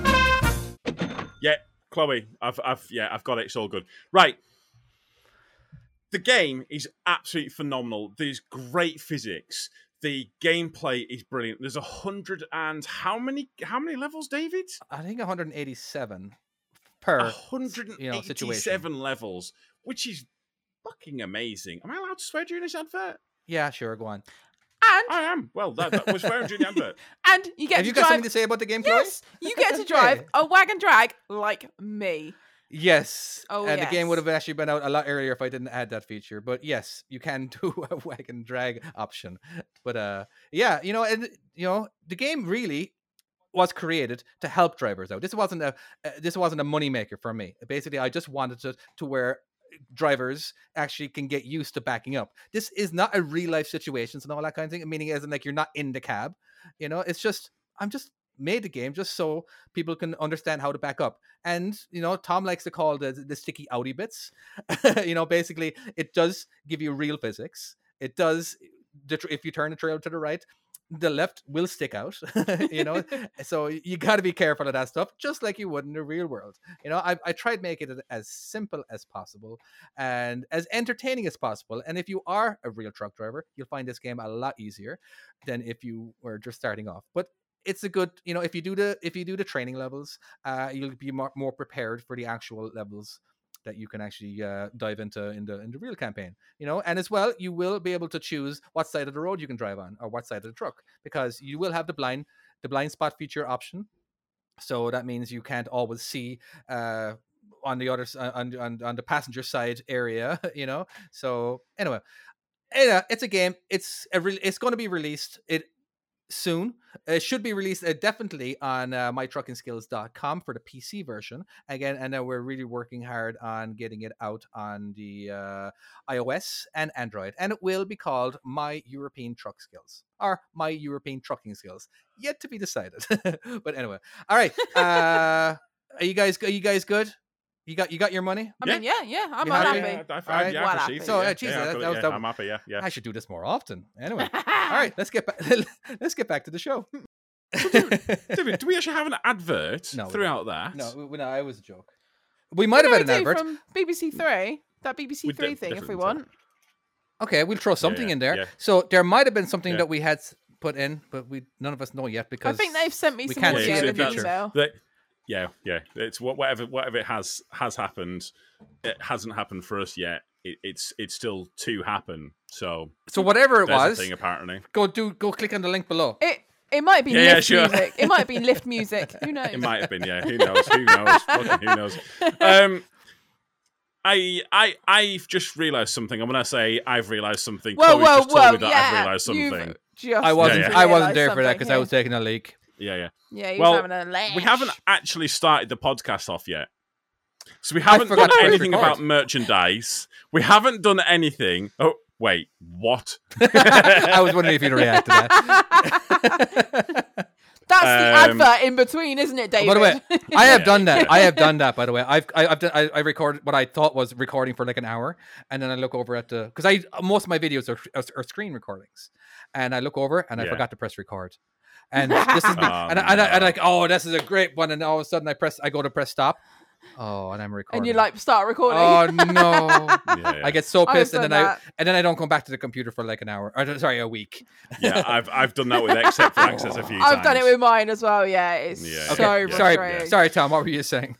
S1: What? Yeah, Chloe, I've, I've, yeah, I've got it. It's all good. Right. The game is absolutely phenomenal. There's great physics. The gameplay is brilliant. There's a hundred and how many? How many levels, David?
S4: I think 187 per
S1: A hundred and
S4: you know, situation.
S1: eighty-seven levels, which is fucking amazing. Am I allowed to swear during this advert?
S4: Yeah, sure, go on.
S2: And
S1: I am. Well, that, that was where during the advert.
S2: and you get
S4: Have
S2: to
S4: you got
S2: drive.
S4: something to say about the game, Chloe?
S2: Yes, you get to drive
S4: Okay.
S2: a wagon drag like me.
S4: Yes.
S2: Oh,
S4: and the game would
S2: yes.
S4: have actually been out a lot earlier if I didn't add that feature. But yes, you can do a wagon drag option. But uh yeah, you know, and you know, the game really was created to help drivers out. This wasn't a uh, this wasn't a moneymaker for me. Basically, I just wanted to to where drivers actually can get used to backing up. This is not a real life situations and all that kind of thing. Meaning, as in like you're not in the cab. You know, it's just I'm just made the game just so people can understand how to back up. And you know, Tom likes to call the the sticky outy bits. you know, basically, it does give you real physics. It does. The, tr- if you turn the trail to the right, the left will stick out. you know, so you got to be careful of that stuff, just like you would in the real world. You know, I, I tried making it as simple as possible and as entertaining as possible. And if you are a real truck driver, you'll find this game a lot easier than if you were just starting off. But it's a good, you know, if you do the if you do the training levels, uh, you'll be more, more prepared for the actual levels that you can actually uh, dive into in the in the real campaign. You know, and as well, you will be able to choose what side of the road you can drive on or what side of the truck because you will have the blind the blind spot feature option. So that means you can't always see uh, on the other s- uh, on, on on the passenger side area. You know, so anyway, yeah, it's a game. It's a re- it's going to be released. It soon it should be released uh, definitely on uh, mytruckingskills.com for the pc version again and now we're really working hard on getting it out on the uh, ios and android and it will be called my european truck skills or my european trucking skills yet to be decided but anyway all right uh, are you guys are you guys good You got you got your money.
S2: I
S1: Yeah.
S2: mean, yeah, yeah, I'm
S4: You happy?
S2: unhappy.
S1: I, I,
S4: All right.
S1: yeah,
S2: Well
S1: I
S2: happy.
S1: appreciate it,
S4: So,
S1: yeah.
S4: uh, Jesus,
S1: yeah,
S4: that-
S1: absolutely,
S4: that was
S1: yeah,
S4: double.
S1: I'm happy. Yeah, yeah.
S4: I should do this more often. Anyway, all right, let's get back. let's get back to the show.
S1: David, do we actually have an advert
S4: No, we
S1: throughout that?
S4: no, w- no, I was a joke. We might have had an
S2: we do
S4: advert.
S2: from BBC Three. That BBC
S1: We
S2: Three
S1: def-
S2: thing, if we
S1: definitely
S2: want.
S4: Okay, we'll throw something
S1: yeah,
S4: in there.
S1: yeah.
S4: So there might have been something
S1: Yeah.
S4: that we had s- put in, but we none of us know yet
S2: I
S4: because
S2: think they've sent me
S4: we
S2: some
S4: can't
S1: see
S2: audio
S1: it in
S2: in
S1: the
S2: an
S1: future.
S2: email.
S1: That- yeah, yeah. It's wha- whatever whatever it has has happened. It hasn't happened for us yet. It, it's it's still to happen. So
S4: So whatever it
S1: there's
S4: was,
S1: a thing apparently.
S4: go do go click on the link below.
S2: It it might be
S1: Yeah, yeah,
S2: lift
S1: sure.
S2: music. It might have been lift music. Who knows?
S1: It might have been, yeah. Who knows? Who knows? Fucking who knows? Um, I I I've just realised something. And when I say I've realised something,
S2: Whoa,
S1: Chloe's
S2: whoa,
S1: just told
S2: whoa!
S1: me that
S2: yeah,
S1: I've realised
S2: you've
S1: something.
S2: Just
S4: I wasn't
S1: yeah.
S4: I wasn't there for that
S2: realised
S4: because
S2: something
S4: I was taking a leak.
S1: Yeah, yeah.
S2: here. Yeah, you
S1: Well,
S2: were having a lash.
S1: We haven't actually started the podcast off yet. So we
S4: I
S1: haven't
S4: forgot
S1: done
S4: to press
S1: anything
S4: record.
S1: about merchandise. We haven't done anything. Oh, wait, what?
S4: I was wondering if you'd react to that.
S2: That's
S1: Um,
S2: the advert in between, isn't it, David?
S4: Oh, By the way, I have
S1: Yeah,
S4: done that.
S1: yeah.
S4: I have done that. By the way, I've I, I've done, I, I recorded what I thought was recording for like an hour, and then I look over at the because I most of my videos are, are are screen recordings, and I look over and I
S1: Yeah.
S4: forgot to press record, and this is me,
S1: Oh,
S4: and, I, and, I, and
S1: no.
S4: like oh this is a great one, and all of a sudden I press I go to press stop, oh and I'm recording,
S2: and you like start recording.
S4: oh no.
S1: Yeah, yeah.
S4: I get so
S2: I've
S4: pissed, and
S2: done
S4: then I
S2: that.
S4: and then I don't come back to the computer for like an hour. Or, sorry, a week.
S1: yeah, I've I've done that with Except for Access a few times.
S2: I've done it with mine as well. Yeah, it's
S1: Yeah,
S2: so
S1: yeah,
S2: sorry,
S1: yeah.
S4: Sorry, sorry, Tom. What were you saying?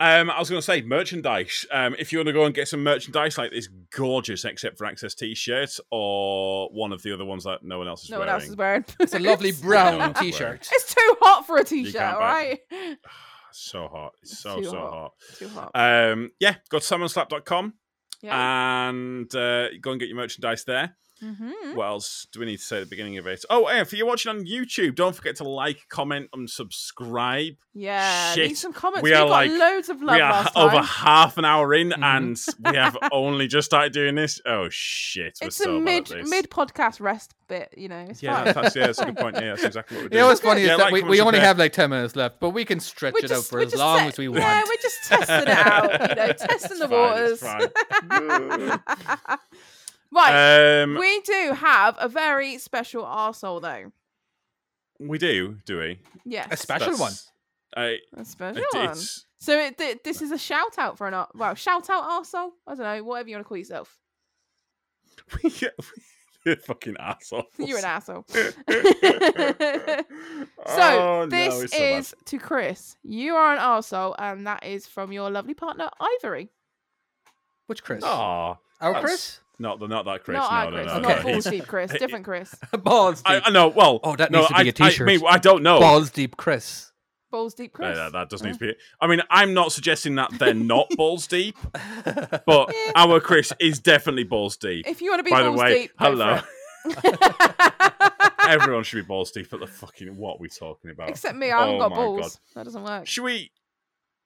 S1: Um, I was going to say merchandise. Um, if you want to go and get some merchandise like this gorgeous Except for Access t-shirt or one of the other ones that no one else is
S2: No one
S1: wearing.
S2: else is wearing.
S4: It's a lovely
S2: It's-
S1: Yeah,
S4: brown
S1: that's weird.
S4: T-shirt.
S2: It's too hot for a t-shirt,
S1: can't
S2: all
S1: buy
S2: right?
S1: So hot. It's so,
S2: Too
S1: so
S2: hot.
S1: hot.
S2: too hot.
S1: Um, yeah, go to salmonslap.com
S2: yeah.
S1: and uh, go and get your merchandise there.
S2: hmm
S1: What else do we need to say at the beginning of it? Oh, and if you're watching on YouTube, don't forget to like, comment, and subscribe.
S2: Yeah.
S1: shit,
S2: Leave some comments.
S1: we
S2: We,
S1: are
S2: got
S1: like-
S2: loads of love
S1: we are
S2: last time. Mm-hmm.
S1: over half an hour in,
S4: Mhm.
S1: and we have only just started doing this. Oh shit! We're
S2: it's
S1: so bad
S2: a
S1: at
S2: mid
S1: this.
S2: mid podcast rest bit, you know. It's
S1: Yeah,
S2: fine.
S1: that's, yeah, that's a good point. Yeah, that's exactly what we're
S4: You
S1: doing.
S4: know what's funny
S1: Yeah,
S4: is that
S1: like,
S4: we,
S1: comment,
S4: we only
S1: subscribe.
S4: have like 10 minutes left, but we can stretch
S2: We're
S4: it out
S2: just-
S4: for
S2: we're
S4: as
S2: just
S4: long
S2: te-
S4: as we
S2: Yeah,
S4: want.
S2: we're just testing it out, you know, testing the
S1: It's
S2: waters.
S1: fine, it's fine.
S2: right.
S1: um, we-,
S2: we do have a very special arsehole, though.
S1: do, do we?
S2: Yes.
S4: A special one.
S1: That's- Uh,
S2: A special
S1: it,
S2: one.
S1: it's
S2: So it, th- this is a shout out for an ar- well, shout out arsehole. I don't know, whatever you want to call yourself.
S1: we get we're fucking assholes.
S2: You're an asshole. So
S1: Oh, no,
S2: this
S1: it's so bad.
S2: is to Chris. You are an arsehole, and that is from your lovely partner Ivory.
S4: Which Chris?
S1: Aw,
S4: Our
S1: that's-
S4: Chris?
S1: not the not that Chris.
S2: not
S1: no,
S2: our
S1: no,
S2: Chris,
S1: no,
S2: not
S1: no.
S4: Okay.
S2: Balls
S1: He's-
S2: Deep Chris,
S1: he-
S2: different Chris.
S4: Balls
S1: I,
S4: deep.
S1: I know. Well,
S4: Oh, that
S1: no,
S4: needs to be
S1: I,
S4: a
S1: I
S4: t-shirt.
S1: mean, I don't know.
S4: Balls deep Chris.
S2: Balls Deep
S1: Yeah,
S2: Chris.
S1: that, that does need to be. I mean, I'm not suggesting that they're not balls deep, but our Chris is definitely balls deep.
S2: If you want to be
S1: By the
S2: balls
S1: way,
S2: deep, go
S1: hello.
S2: for it.
S1: Everyone should be balls deep. But the fucking what are we talking about?
S2: Except me, I haven't
S1: Oh
S2: got
S1: my
S2: balls.
S1: God.
S2: That doesn't work.
S1: Should we?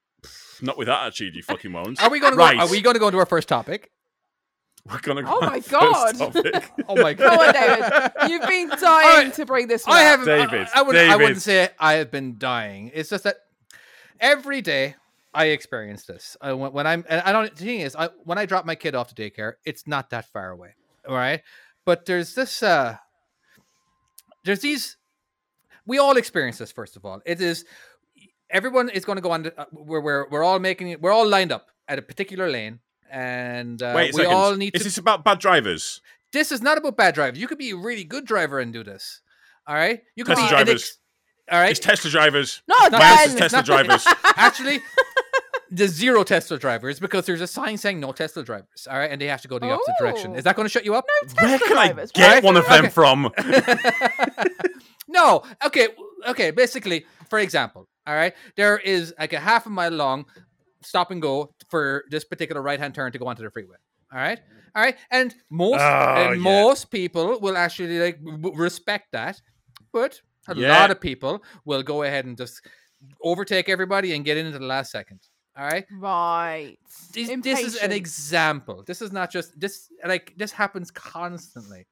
S1: Not with that attitude, you fucking won't.
S4: Are we going to
S1: Right.
S4: go, are we going to go into our first topic?
S1: We're gonna. Go
S2: Oh
S1: on
S2: my
S1: first
S2: God.
S1: topic.
S4: Oh my
S2: Come on,
S4: god.
S2: David. You've been dying to bring this one.
S4: I
S2: up.
S4: haven't
S1: David,
S4: I, I wouldn't I wouldn't
S1: David.
S4: say I have been dying. It's just that every day I experience this. I, when when I'm and I don't the thing is I, when I drop my kid off to daycare, it's not that far away. All right? But there's this uh there's these we all experience this first of all it is everyone is going to go on to, uh, we're, we're we're all making it we're all lined up at a particular lane and uh,
S1: Wait a
S4: we
S1: second.
S4: all need
S1: is
S4: to
S1: this about bad drivers?
S4: this is not about bad drivers you could be a really good driver and do this all right you could
S1: Tesla
S4: be an
S1: drivers.
S4: all right
S1: It's Tesla drivers.
S2: Not
S1: Miles is
S2: again.
S1: Tesla drivers.
S4: actually the zero tesla drivers because there's a sign saying no tesla drivers all right and they have to go the opposite direction
S2: Oh.
S4: is that going to shut you up
S1: Where can I
S2: drivers.
S1: get
S2: Right.
S1: one of them
S4: Okay.
S1: from?
S4: no okay w- okay basically for example all right there is like a half a mile long stop and go for this particular right hand turn to go onto the freeway all right all right and most
S1: Oh,
S4: and
S1: yeah.
S4: most people will actually like w- w- respect that but a
S1: Yeah.
S4: lot of people will go ahead and just overtake everybody and get in at the last second all right
S2: Right.
S4: this, this is an
S2: Impatient.
S4: example this is not just this like this happens constantly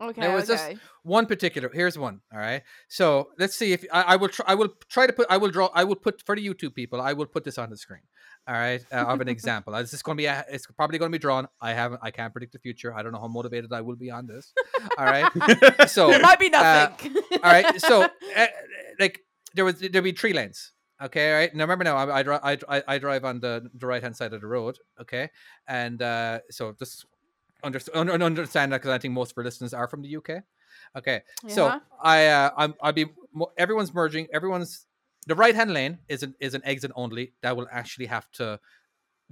S2: Okay.
S4: There was this-
S2: okay.
S4: one particular here's one all right so let's see if i, I will try i will try to put i will draw i will put for the youtube people i will put this on the screen All right, uh, of an example. This is going to be. A, it's probably going to be drawn. I haven't. I can't predict the future. I don't know how motivated I will be on this. All right. So
S2: It might be nothing.
S4: Oh. all right. So, uh, like, there was there'd be tree lanes. Okay. All right. Now remember, now I I dri- I, dri- I drive on the, the right hand side of the road. Okay, and uh, so just under, un- un- understand that because I think most of our listeners are from the UK. Okay.
S2: Yeah.
S4: So I uh, I'm I'll be mo- everyone's merging. Everyone's the right hand lane is an is an exit only that will actually have to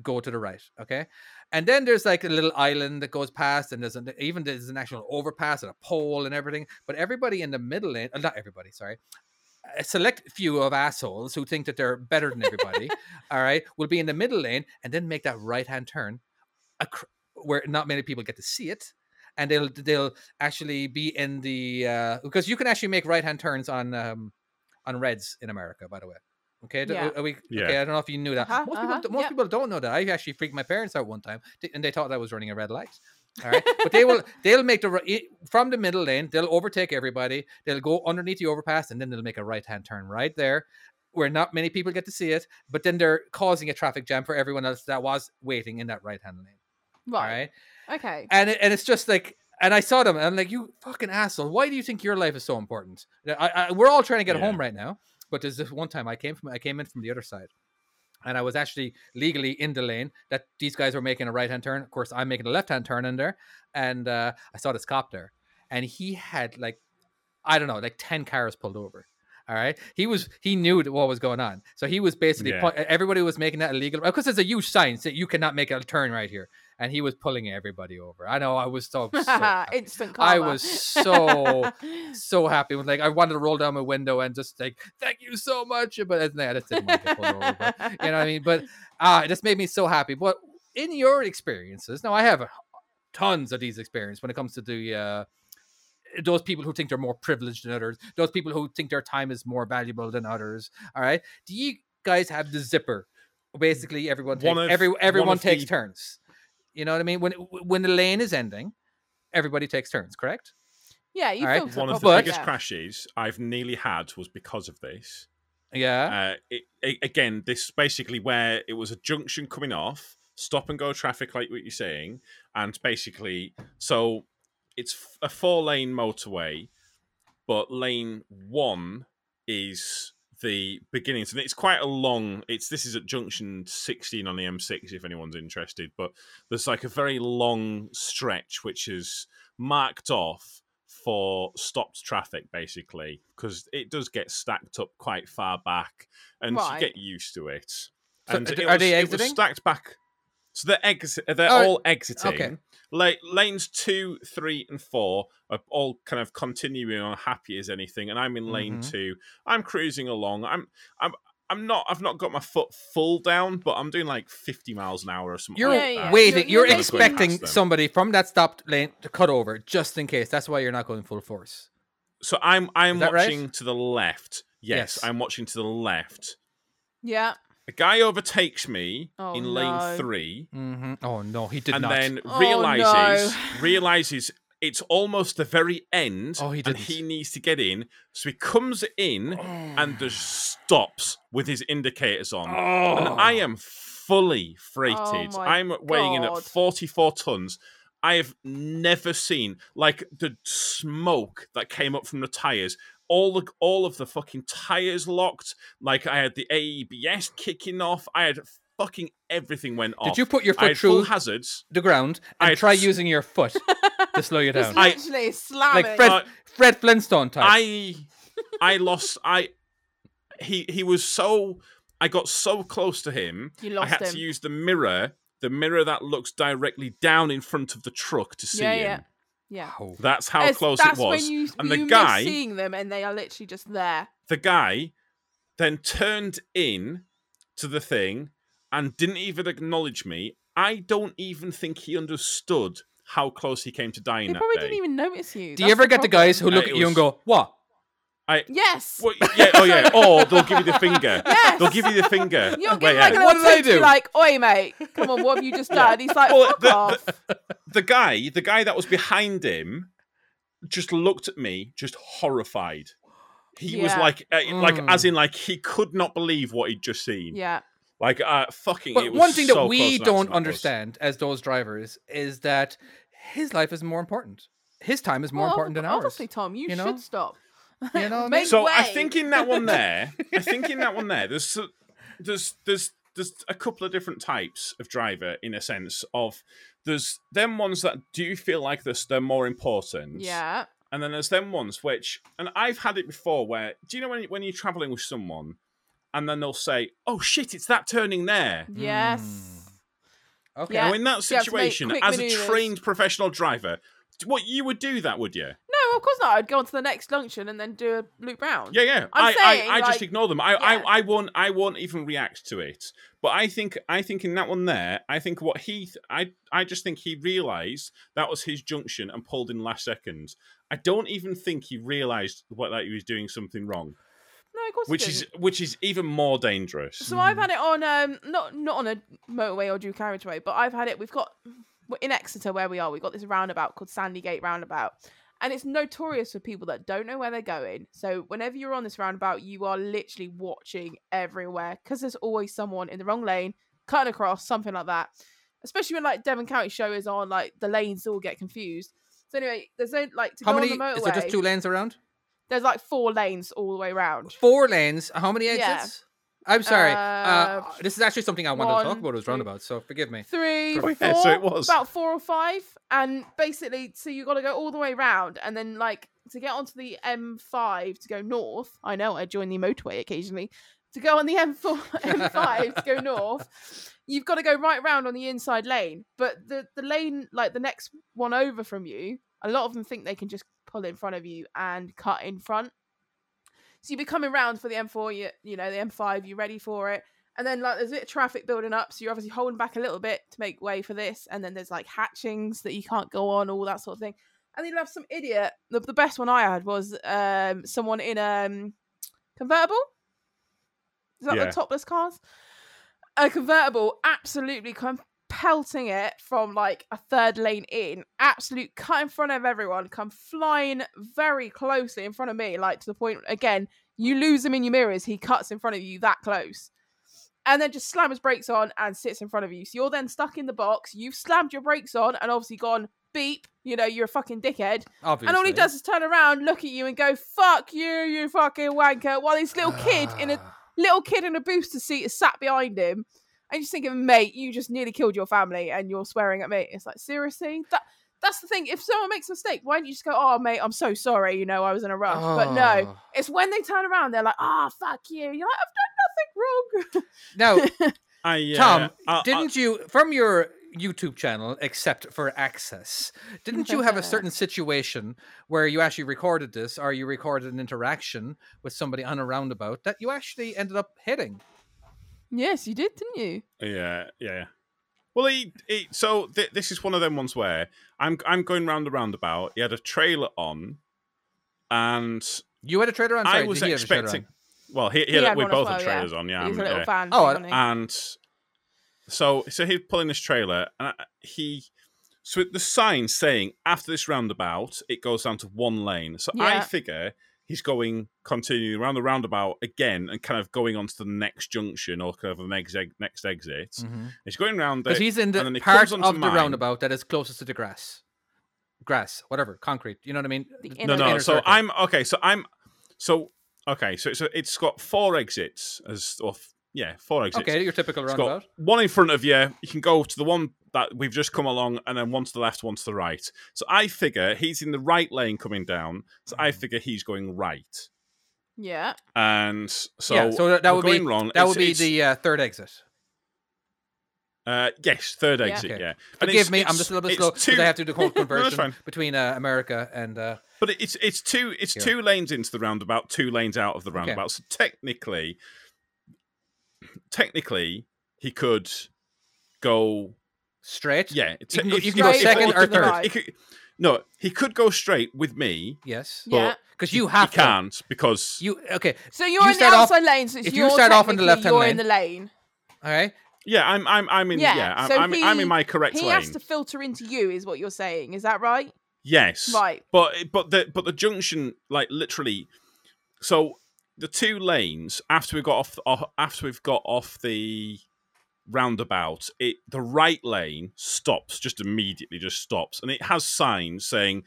S4: go to the right. Okay. And then there's like a little island that goes past, and there's an, even there's an actual overpass and a pole and everything. But everybody in the middle lane, uh, not everybody, sorry, a select few of assholes who think that they're better than everybody, all right, will be in the middle lane and then make that right hand turn, acr- where not many people get to see it. And they'll they'll actually be in the uh, because you can actually make right hand turns on um, on reds in America, by the way. Okay, d-
S2: Yeah.
S4: are we,
S1: Yeah.
S4: okay, I don't know if you knew that.
S2: Uh-huh,
S4: most
S2: uh-huh,
S4: people, d- most
S2: yep.
S4: people don't know that. I actually freaked my parents out one time, th- and they thought I was running a red light. All right, but they will they'll make the ri- i- from the middle lane. They'll overtake everybody. They'll go underneath the overpass, and then they'll make a right hand turn right there, where not many people get to see it. But then they're causing a traffic jam for everyone else that was waiting in that right hand lane. All
S2: right.
S4: right,
S2: Okay.
S4: and it, and it's just like. And I saw them, and I'm like, "You fucking asshole! Why do you think your life is so important? I, I, we're all trying to get
S1: Yeah.
S4: home right now, but there's this one time I came from, I came in from the other side, and I was actually legally in the lane that these guys were making a right hand turn. Of course, I'm making a left hand turn in there, and uh, I saw this cop there, and he had like, I don't know, like ten cars pulled over. All right, he was he knew th- what was going on, so he was basically
S1: Yeah.
S4: pu- everybody was making that illegal because there's a huge sign that you cannot make a turn right here, and he was pulling everybody over. I know I was so, so happy.
S2: Instant karma.
S4: I was so so happy with like I wanted to roll down my window and just like thank you so much, but uh, nah, I just didn't want to get pulled over. But, you know what I mean? But ah, it just made me so happy. But in your experiences, now I have a- tons of these experiences when it comes to the uh, those people who think they're more privileged than others, those people who think their time is more valuable than others. All right, do you guys have the zipper?
S2: Mm.
S4: Basically, everyone takes,
S1: One of-
S4: every
S1: one
S4: everyone
S1: of
S4: takes
S1: the-
S4: turns. You know what I mean? When when the lane is ending, everybody takes turns. Correct?
S2: yeah, you
S4: All right.
S2: feel
S1: One of the
S4: But-
S1: biggest crashes I've nearly had was because of this.
S4: Yeah.
S1: Uh, it, a- again, this is basically where it was a junction coming off, stop and go traffic, like what you're saying, and basically, so it's f- a four lane motorway, but lane one is the beginnings, and it's quite a long. It's this is at junction 16 on the M6 if anyone's interested, but there's like a very long stretch which is marked off for stopped traffic basically because it does get stacked up quite far back and
S2: Right.
S1: you get used to it
S4: So,
S1: and
S4: d-
S1: it
S4: are they
S1: was- it was
S4: exiting?
S1: stacked back so they're exit they're
S4: Oh,
S1: all exiting
S4: okay.
S1: La- lanes two three and four are all kind of continuing on happy as anything and i'm in lane
S4: Mhm.
S1: two i'm cruising along i'm i'm i'm not i've not got my foot full down but i'm doing like 50 miles an hour or something
S4: You're
S1: like
S2: Yeah, yeah.
S1: that.
S4: waiting.
S2: You're-
S4: You're,
S2: you're
S1: waiting. Past
S4: expecting
S1: them.
S4: somebody from that stopped lane to cut over just in case. That's why you're not going full force.
S1: So I'm I'm
S4: Is that right?
S1: watching to the left. Yes,
S4: Yes.
S1: I'm watching to the left.
S2: Yeah.
S1: A guy overtakes me
S2: Oh,
S1: in lane
S2: no.
S1: three,
S4: hmm Oh no, he did
S1: and
S4: not.
S1: then
S2: Oh,
S1: realizes
S2: no.
S1: realizes it's almost the very end,
S4: Oh, he
S1: and
S4: didn't.
S1: he needs to get in. So he comes in and just stops with his indicators on. And I am fully freighted.
S2: Oh. my
S1: I'm weighing in at
S2: God.
S1: 44 tons. I have never seen like the smoke that came up from the tires. All the all of the fucking tires locked. Like I had the AEBS kicking off. I had fucking everything went off.
S4: did you put your
S1: I
S4: foot
S1: had full
S4: through
S1: hazards.
S4: the ground
S1: I
S4: and
S1: had
S4: try
S1: s-
S4: using your foot to slow you
S2: Just
S4: down?
S1: I-
S2: literally slamming.
S4: like Fred,
S1: Uh,
S4: Fred Flintstone type.
S1: I I lost. I he he was so. I got so close to him.
S2: You lost
S1: I had
S2: him.
S1: to use the mirror, the mirror that looks directly down in front of the truck to see
S2: Yeah,
S1: him.
S2: yeah. Yeah.
S4: Wow.
S1: That's how
S2: It's-
S1: close
S2: that's
S1: it was.
S2: When you,
S1: and the
S2: you miss
S1: guy,
S2: seeing them, and they are literally just there.
S1: the guy, then turned in to the thing and didn't even acknowledge me. I don't even think he understood how close he came to dying
S2: They
S1: that
S2: probably
S1: day.
S2: didn't even notice you.
S4: Do you ever get the guys who
S1: Uh,
S4: look
S1: it
S4: at you and go, "What?
S2: Yes.
S1: Well, yeah, oh yeah. Or they'll give you the finger.
S2: Yes.
S1: They'll give you the finger.
S2: You'll
S1: Wait,
S2: give like
S1: yeah.
S2: a
S4: What
S2: little
S4: did I
S2: tip to
S4: do?
S2: like, "Oi, mate, come on, what have you just done?" He's like,
S1: Well,
S2: "Fuck
S1: the- the-
S2: off."
S1: the guy, the guy that was behind him, just looked at me, just horrified. He was
S2: Yeah.
S1: like, uh, like
S4: Mm.
S1: as in, like he could not believe what he'd just seen.
S2: Yeah.
S1: Like, uh, fucking. it
S4: But
S1: was
S4: one thing that
S1: so close
S4: we
S1: an
S4: don't
S1: accident was.
S4: understand as those drivers is that his life is more important. His time is more
S2: Well,
S4: important than
S2: ob-
S4: ours.
S2: Obviously, Tom, you,
S4: you know?
S2: should stop.
S4: You know what I
S2: Make
S4: mean?
S1: So I
S2: way.
S1: think in that one there, I think in that one there, there's so- there's there's there's a couple of different types of driver in a sense of there's them ones that do feel like they're, they're more important.
S2: Yeah.
S1: And then there's them ones which, and I've had it before where, do you know when, when you're traveling with someone and then they'll say, oh shit, it's that turning there.
S4: Hmm.
S2: Yes.
S4: Okay.
S2: Yeah.
S1: Now, in that
S2: You have to make
S1: situation,
S2: quick
S1: as a
S2: manoeuvres.
S1: trained professional driver, what you would do that, would you?
S2: No, of course not. I'd go on to the next junction and then do a loop round.
S1: Yeah, yeah.
S2: I'm
S1: I,
S2: saying,
S1: I, I
S2: like-
S1: just ignore them. I,
S2: yeah.
S1: I, I won't, I won't even react to it. But I think, I think in that one there, I think what he, th- I, I just think he realised that was his junction and pulled in last second. I don't even think he realised what that he was doing something wrong,
S2: No, of course. you
S1: which is,
S2: didn't.
S1: which is even more dangerous.
S2: So
S4: Hmm.
S2: I've had it on um not not on a motorway or dual carriageway, but I've had it. We've got we're in Exeter where we are. We've got this roundabout called Sandygate Roundabout, and it's notorious for people that don't know where they're going. So whenever you're on this roundabout, you are literally watching everywhere because there's always someone in the wrong lane cutting across something like that. Especially when like Devon County show is on, like the lanes all get confused. So anyway, there's no like to
S4: How
S2: go
S4: many?
S2: on the motorway.
S4: Is there just two lanes around?
S2: There's like four lanes all the way round.
S4: Four lanes. How many
S2: Yeah.
S4: exits? I'm sorry. Uh,
S2: Uh,
S4: this is actually something I wanted to talk
S2: one,
S4: about was
S2: three-
S4: roundabouts, so forgive me.
S2: three,
S1: Oh,
S2: four,
S1: yeah, so it was.
S2: about four or five, and basically, so you got to go all the way round, and then like to get onto the M5 to go north. I know I join the motorway occasionally to go on the M4, M5 to go north. You've got to go right round on the inside lane, but the the lane like the next one over from you, a lot of them think they can just pull in front of you and cut in front. So you be coming round for the M4, you you know the M5, you're ready for it. And then like there's a bit of traffic building up, so you're obviously holding back a little bit to make way for this. And then there's like hatchings that you can't go on, all that sort of thing. And then you'll have some idiot. The, the best one I had was um someone in um convertible. Is that
S1: Yeah.
S2: the topless cars? A convertible, absolutely com- pelting it from like a third lane in, absolute cut in front of everyone, come flying very closely in front of me, like to the point again, you lose him in your mirrors, he cuts in front of you that close. And then just slam his brakes on and sits in front of you. So you're then stuck in the box, you've slammed your brakes on and obviously gone beep, you know, you're a fucking dickhead.
S4: Obviously.
S2: And all he does is turn around, look at you, and go, "Fuck you, you fucking wanker!" While this little kid in a little kid in a booster seat is sat behind him, and just thinking, "Mate, you just nearly killed your family, and you're swearing at me." It's like seriously, that that's the thing. If someone makes a mistake, why don't you just go, "Oh, mate, I'm so sorry. You know, I was in a rush." But no,
S4: Oh.
S2: it's when they turn around, they're like, "Ah, fuck you!" You're like, "I've done nothing wrong."
S4: Now,
S1: I, uh,
S4: Tom,
S1: I- I-
S4: didn't you from your YouTube channel, except for access, didn't you have a certain situation where you actually recorded this or you recorded an interaction with somebody on a roundabout that you actually ended up hitting?
S2: yes, you did, didn't you?
S1: Yeah, yeah. Well, he, he so th- this is one of them ones where I'm I'm going round the roundabout. He had a trailer on, and
S4: You had a trader on.
S1: I
S4: Sorry,
S1: was
S4: did he have a trader
S1: expecting.
S4: on?
S1: Well, he, he
S2: He
S1: had-
S2: had
S1: we
S2: one as
S1: both had
S2: well, yeah.
S1: trailers on, yeah.
S2: He's a
S1: and-
S2: little
S1: yeah.
S2: fan.
S4: Oh,
S2: thing,
S4: I-
S2: wasn't he?
S1: And so, so he's pulling his trailer, and I- he. So the sign saying after this roundabout, it goes down to one lane. So I
S2: Yeah.
S1: figure he's going continuing around the roundabout again and kind of going on to the next junction or kind of the next ex- next exit.
S4: Hmm.
S1: He's going round there
S4: Because Mm-hmm. he's in
S1: and then he
S4: the part
S1: comes
S4: of
S1: onto
S4: the
S1: mine.
S4: roundabout that is closest to the grass, grass, whatever, concrete. You know what I mean?
S2: The
S4: Th-
S2: inner-
S1: no,
S2: like
S1: no.
S2: inner
S1: So
S4: circle.
S1: I'm okay. So I'm so okay. So it's it's got four exits as or f- yeah, four exits.
S4: okay. Your typical
S1: It's
S4: roundabout.
S1: got one in front of you. You can go to the one that we've just come along, and then one to the left, one to the right. So I figure he's in the right lane coming down. So I
S4: Hmm.
S1: figure he's going right,
S2: yeah,
S1: and so
S4: yeah, so that, that
S1: we're
S4: would be
S1: going wrong.
S4: that
S1: It's-
S4: would be
S1: it's,
S4: the uh, third exit.
S1: uh, yes third exit.
S4: Okay.
S1: Yeah, And
S4: Forgive
S1: it's-
S4: me, I'm
S1: it's-
S4: just a little bit
S1: it's
S4: slow because
S1: two-
S4: I have to do the whole conversion
S1: fine.
S4: between uh, America and uh,
S1: But it- it's it's two it's
S4: Here.
S1: two lanes into the roundabout, two lanes out of the roundabout. So technically, technically, he could go.
S4: straight.
S1: Yeah,
S4: You can
S1: te-
S4: go-
S1: if-
S4: you can go
S1: if- if-
S4: second
S1: if-
S4: or
S1: if-
S4: third.
S1: he could- no, he could go straight with me,
S4: Yes.
S2: yeah.
S4: Because you have
S1: he
S4: to.
S1: can't because
S4: You okay?
S2: So you're
S4: You
S2: in the
S4: start off-
S2: outside lane. So it's
S4: if you
S2: your
S4: start off in the
S2: technically
S4: left-hand
S2: you're
S4: lane-
S2: in the lane.
S4: All right.
S1: yeah, I'm I'm I'm in yeah,
S2: Yeah,
S1: I'm,
S2: so
S1: I'm, I'm in
S2: he-
S1: my correct
S2: he
S1: lane.
S2: has to filter into you is what you're saying is that right
S1: Yes.
S2: Right.
S1: But but the but the junction like literally so the two lanes after we got off, off after we've got off the roundabout, it the right lane stops just immediately, just stops, and it has signs saying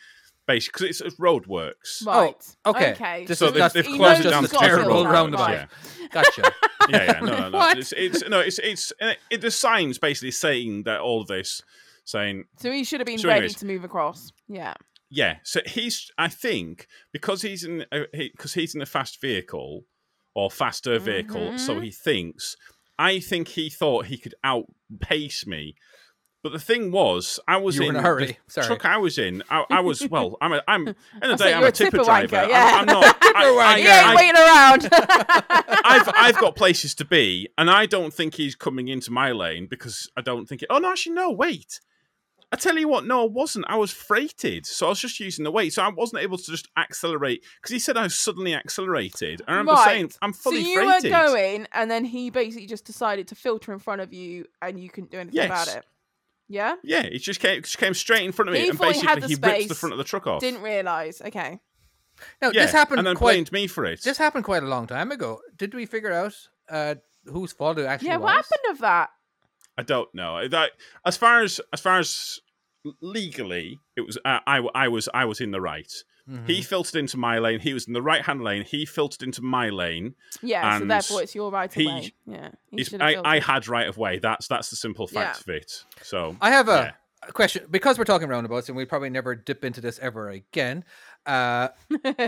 S1: basically because it's, it's roadworks.
S2: Right.
S4: Oh, okay.
S2: Okay.
S4: Just-
S1: So
S4: is-
S1: they've,
S4: that's-
S1: they've
S2: He
S1: closed it
S2: knows
S1: down
S2: it's
S1: to
S2: got a
S1: terrible
S4: terrible
S2: Right.
S4: roundabout.
S1: Yeah.
S4: Gotcha.
S1: yeah, yeah, no, no, no.
S4: What?
S1: It's, it's no, it's it's uh, it, the signs basically saying that all of this, saying
S2: so he should have been
S1: So
S2: ready
S1: anyways.
S2: to move across. Yeah.
S1: yeah. So he's, I think, because he's in because he's in a fast vehicle or faster vehicle, so
S4: Mm-hmm.
S2: Mhm.
S1: he thinks. I think he thought he could outpace me, but the thing was, I was
S4: You were
S1: in
S4: in a
S1: the
S4: hurry. Sorry.
S1: truck I was in. I, I was well. I'm a, I'm in the
S2: thought
S1: day.
S2: you
S1: I'm
S2: were
S1: a
S2: a
S1: tipper,
S2: tipper
S1: driver.
S2: wanker,
S1: I'm-
S2: yeah.
S1: I'm, not.
S4: Tipper
S1: I,
S4: wanker.
S1: I,
S2: He
S4: Yeah,
S1: I,
S2: ain't waiting around.
S1: I've I've got places to be, and I don't think he's coming into my lane because I don't think it. Oh no, actually, no. Wait, I tell you what, no, I wasn't. I was freighted, so I was just using the weight, so I wasn't able to just accelerate because he said I suddenly accelerated. I remember saying I'm fully
S2: so you
S1: freighted.
S2: were going, and then he basically just decided to filter in front of you, and you couldn't do anything
S1: Yes.
S2: about it. Yeah.
S1: Yeah, it just came just came straight in front of me,
S2: He
S1: and
S2: thought he
S1: basically
S2: had the
S1: he ripped the
S2: space,
S1: front of the truck off.
S2: Didn't realize. Okay.
S4: Now
S1: yeah,
S4: this happened
S1: and then
S4: quite.
S1: blamed me for it.
S4: This happened quite a long time ago. Did we figure out uh, whose fault it actually
S2: yeah.
S4: was?
S2: What happened of that?
S1: I don't know. That as far as as far as legally, it was uh, I I was I was in the right.
S2: Mm-hmm.
S1: He filtered into my lane. He was in the right hand lane. He filtered into my lane.
S2: Yeah. so
S1: And
S2: therefore, it's your right
S1: he-
S2: away. Yeah. you
S1: It's-
S2: should have
S1: I,
S2: filtered.
S1: I had right of way. That's that's the simple fact
S2: Yeah.
S1: of it. So
S4: I have a question because we're talking roundabouts, and we probably never dip into this ever again. Uh,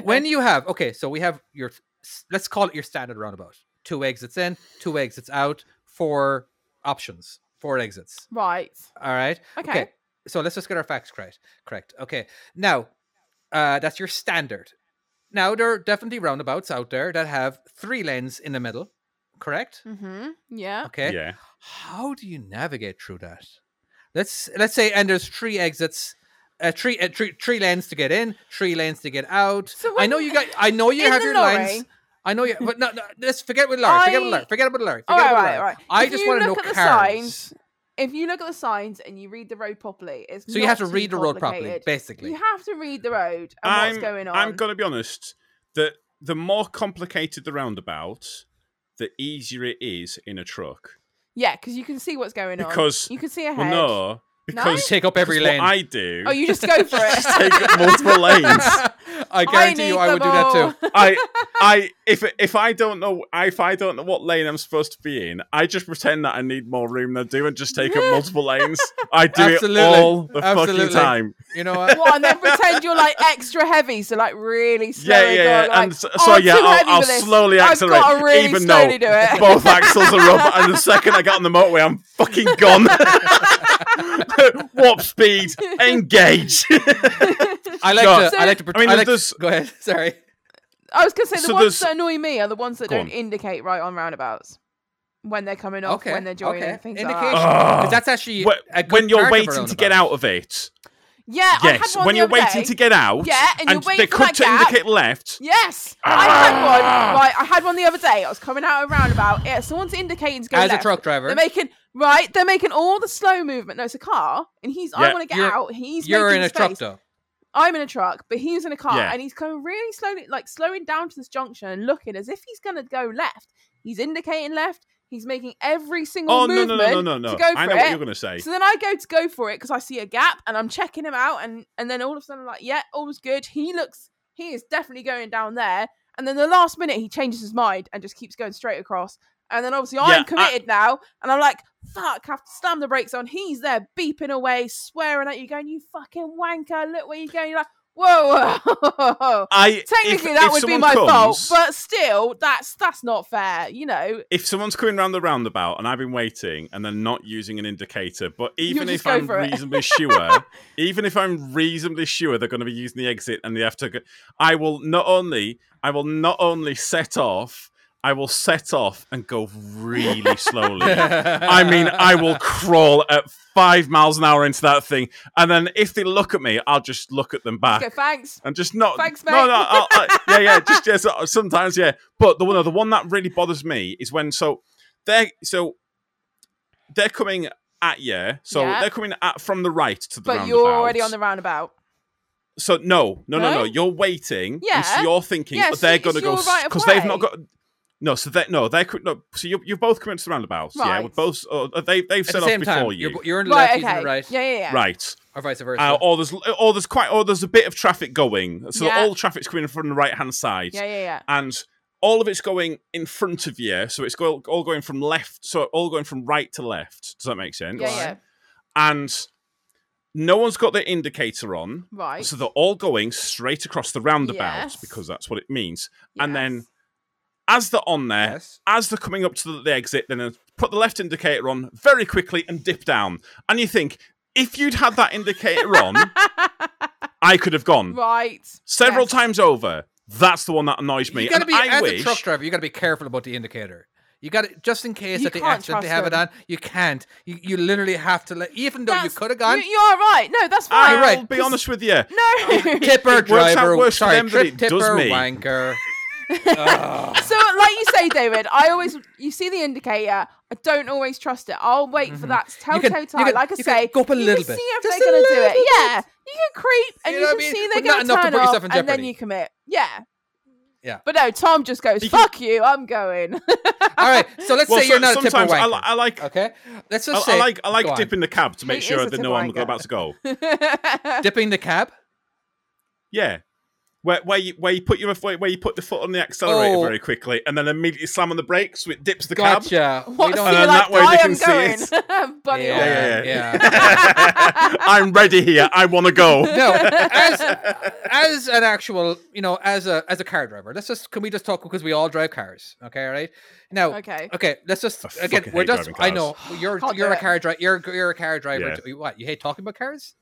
S4: when you have okay, so we have your s- let's call it your standard roundabout. Two exits in, two exits out, four options, four exits.
S2: right.
S4: All right.
S2: Okay.
S4: So let's just get our facts correct. Correct. Okay. Now, uh, that's your standard. Now there are definitely roundabouts out there that have three lanes in the middle. Correct.
S2: Mm-hmm. Yeah.
S4: Okay.
S1: yeah,
S4: How do you navigate through that? Let's let's say and there's three exits. Uh, three, uh, three, three lanes to get in, three lanes to get out.
S2: So
S4: I know
S2: when-
S4: you got. I know you
S2: in
S4: have
S2: the
S4: your lines.
S2: lorry-
S4: I know you, but no, no let's forget with Larry. Forget with
S2: I-
S4: Larry. Forget about Larry.
S2: All
S4: forget
S2: right,
S4: about
S2: right,
S4: Larry.
S2: right.
S4: I
S2: If
S4: just
S2: you
S4: want to know
S2: look at the
S4: cars.
S2: signs- If you look at the signs and you read the road properly, it's
S4: So you have
S2: not
S4: to
S2: too
S4: read the road properly,
S2: complicated.
S4: basically.
S2: You have to read the road and
S1: I'm
S2: what's going on.
S1: I'm gonna be honest. The the more complicated the roundabout, the easier it is in a truck
S2: Yeah, because you can see what's going on.
S1: because
S2: you can see ahead.
S1: well, no because
S4: Take up every
S1: because
S4: lane.
S1: What I do.
S2: Oh, you just go for it.
S1: Take up multiple lanes.
S4: I guarantee you,
S2: need
S4: I would do
S2: them
S4: that too.
S2: all.
S1: I, I, if if I don't know if I don't know what lane I'm supposed to be in, I just pretend that I need more room than I do and just take up multiple lanes. I do
S4: Absolutely.
S1: it all the
S4: Absolutely.
S1: fucking time.
S4: You know what?
S2: What, and then pretend you're like extra heavy, so like really slow.
S1: Yeah, yeah, yeah.
S2: go, like,
S1: and so,
S2: "Oh,
S1: so
S2: I'm
S1: yeah,
S2: too heavy
S1: I'll, I'll
S2: for this.
S1: slowly
S2: I've
S1: accelerate,
S2: gotta really
S1: even
S2: slowly do
S1: though
S2: it.
S1: both axles are up. And the second I get on the motorway, I'm fucking gone. Warp speed, engage.
S4: I like
S1: So-
S4: to. I like to.
S1: I mean,
S4: pretend. I like
S1: there's-
S4: to, go ahead. Sorry.
S2: I was gonna say the
S1: So there's-
S2: ones that annoy me are the ones that
S1: Go
S2: don't
S1: on.
S2: indicate right on roundabouts when they're coming off,
S4: Okay.
S2: when they're joining,
S4: okay.
S2: things
S4: Indication.
S2: like that.
S1: Ah.
S4: 'cause that's actually
S1: Wh-
S4: a good
S1: when you're
S4: part of a
S1: waiting to get
S4: roundabout.
S1: out of it,
S2: Yeah, I had
S1: Oh, yes.
S2: one
S1: When
S2: the
S1: you're
S2: other
S1: waiting
S2: day.
S1: to get out,
S2: Yeah, and you're waiting
S1: they
S2: for
S1: cut
S2: that
S1: to
S2: gap.
S1: indicate Ah. left.
S2: Yes, I had one. Right, I had one the other day. I was coming out of a roundabout. Yeah, someone's indicating to go
S4: As a
S2: left.
S4: truck driver.
S2: They're making right. They're making all the slow movement. No, it's a car, and he's. I
S1: Yeah.
S2: want to get
S4: You're-
S2: out. He's.
S4: You're
S2: making
S4: in a
S2: space.
S4: truck though.
S2: I'm in a truck, but he's in a car,
S1: Yeah.
S2: and he's going really slowly, like slowing down to this junction and looking as if he's going to go left. He's indicating left. He's making every single
S1: Oh no
S2: movement
S1: no no no no no!
S2: to go for
S1: I know
S2: it.
S1: what you're gonna say.
S2: So then I go to go for it because I see a gap and I'm checking him out, and and then all of a sudden I'm like, yeah, all's good. He looks, he is definitely going down there. And then the last minute he changes his mind and just keeps going straight across. And then obviously
S1: Yeah, I-
S2: I'm committed now, and I'm like, fuck, have to slam the brakes on. He's there beeping away, swearing at you, going, you fucking wanker, look where you're going. You're like, whoa, whoa, whoa.
S1: I
S2: Technically,
S1: if,
S2: that
S1: if
S2: would be
S1: someone
S2: my fault,
S1: comes-
S2: but still, that's that's not fair, you know.
S1: if someone's coming round the roundabout and I've been waiting and they're not using an indicator, but even
S2: just
S1: if
S2: go
S1: I'm
S2: for it.
S1: reasonably sure, even if I'm reasonably sure they're going to be using the exit and they have to, go, I will not only I will not only set off, I will set off and go really slowly. I mean, I will crawl at five miles an hour into that thing, and then if they look at me, I'll just look at them back.
S2: Go, thanks.
S1: and just not.
S2: Thanks,
S1: No,
S2: mate.
S1: no, I'll, I, yeah, yeah, just yeah. So, sometimes, yeah. But the one, the one that really bothers me is when so they're so they're coming at you. So
S2: Yeah.
S1: they're coming at from the right to the.
S2: But you're already
S1: roundabout.
S2: on the roundabout.
S1: So no, no, no, no.
S2: No?
S1: You're waiting. and so
S2: Yeah.
S1: you're thinking
S2: Yeah,
S1: but
S2: so
S1: they're
S2: it's
S1: going to go
S2: your right of
S1: because they've not
S2: way.
S1: got. No, so they no, they're cr- no, so you you both come into the roundabouts. Yeah,
S2: Right.
S1: we're both uh, they they've
S4: At
S1: set
S4: the
S1: off
S4: same
S1: before
S4: time,
S1: you.
S4: You're, you're on the left,
S2: Right,
S4: he's on
S2: okay.
S4: the right,
S2: Yeah, yeah, yeah.
S1: Right.
S4: or vice versa.
S1: Uh, or there's or there's quite or there's a bit of traffic going. So
S2: Yeah.
S1: all traffic's coming from the right hand side.
S2: Yeah, yeah, yeah.
S1: and all of it's going in front of you, so it's go- all going from left, so all going from right to left. Does that make sense?
S2: Yeah, yeah.
S1: And no one's got their indicator on,
S2: Right.
S1: so they're all going straight across the roundabout
S2: Yes.
S1: because that's what it means. and then-
S2: Yes.
S1: As they're on there,
S4: yes.
S1: as they're coming up to the, the exit, then they put the left indicator on very quickly and dip down. And you think, if you'd had that indicator on, I could have gone
S2: right.
S1: several
S2: yes.
S1: times over. That's the one that annoys me.
S4: You gotta
S1: and
S4: be
S1: I
S4: as
S1: wish
S4: a truck driver. You gotta be careful about the indicator. You got to just in case
S2: You
S4: at the
S2: can't
S4: accident they
S2: trust
S4: have it
S2: them.
S4: on. You can't. You, you literally have to let. Even though you
S2: That's-
S4: could have gone, Ah,
S2: You, you're right. No, that's
S1: I'll
S2: fine.
S4: You're right.
S1: be honest with you.
S2: No.
S4: tipper
S1: It works out
S4: driver.
S1: worse for
S4: sorry,
S1: them than
S4: trip
S1: it does
S4: tipper
S1: me.
S4: wanker. Ugh.
S2: so like you say david i always you see the indicator i don't always trust it i'll wait for that
S4: can-
S2: telltale
S4: Mm-hmm. you
S2: time
S4: can-
S2: like i
S4: you can
S2: say
S4: go up a
S2: you
S4: little
S2: can
S4: bit.
S2: see if
S4: Just
S2: they're
S4: a
S2: gonna do
S4: little
S2: it
S4: bit.
S2: yeah you can creep and
S4: You
S2: you,
S4: know
S2: can
S4: what I mean?
S2: see
S4: But
S2: they're
S4: not
S2: gonna
S4: enough to
S2: turn
S4: put
S2: off
S4: yourself in
S2: and then
S4: jeopardy.
S2: you commit yeah
S4: Yeah.
S2: but no tom just goes
S1: You can-
S2: fuck you i'm going
S4: All right. So let's say
S1: so-
S4: you're not a tipper
S1: sometimes I,
S4: wanker.
S1: li- I like
S4: okay. Let's
S1: I,
S4: just
S1: I
S4: say
S1: like I
S4: go
S1: like
S4: on.
S1: dipping the cab to make
S2: He
S1: sure
S2: is a
S1: they know I'm
S2: tipper wanker.
S1: about to go.
S4: dipping the cab.
S1: Yeah. Where, where you where you put your where, where you put the foot on the accelerator
S4: Oh.
S1: very quickly and then immediately slam on the brakes, so it dips the cab.
S4: Gotcha.
S2: what
S4: we
S2: so
S4: don't.
S1: And
S2: you're
S1: then
S2: like
S1: that way they
S2: i
S1: can
S2: am
S1: see
S2: going bunny
S4: Yeah,
S1: Yeah,
S2: hop.
S4: yeah.
S1: I'm ready here. I want to go.
S4: no, as as an actual, you know, as a as a car driver, let's just can we just talk because we all drive cars, okay? All right. Now,
S2: okay
S4: Okay, let's just
S1: I
S4: again.
S1: fucking
S4: We're
S1: hate
S4: just.
S1: driving
S4: I
S1: cars.
S4: know you're
S2: Can't do
S4: you're a
S2: it.
S4: car driver. You're you're a car driver.
S1: Yeah.
S4: too. What you hate talking about cars?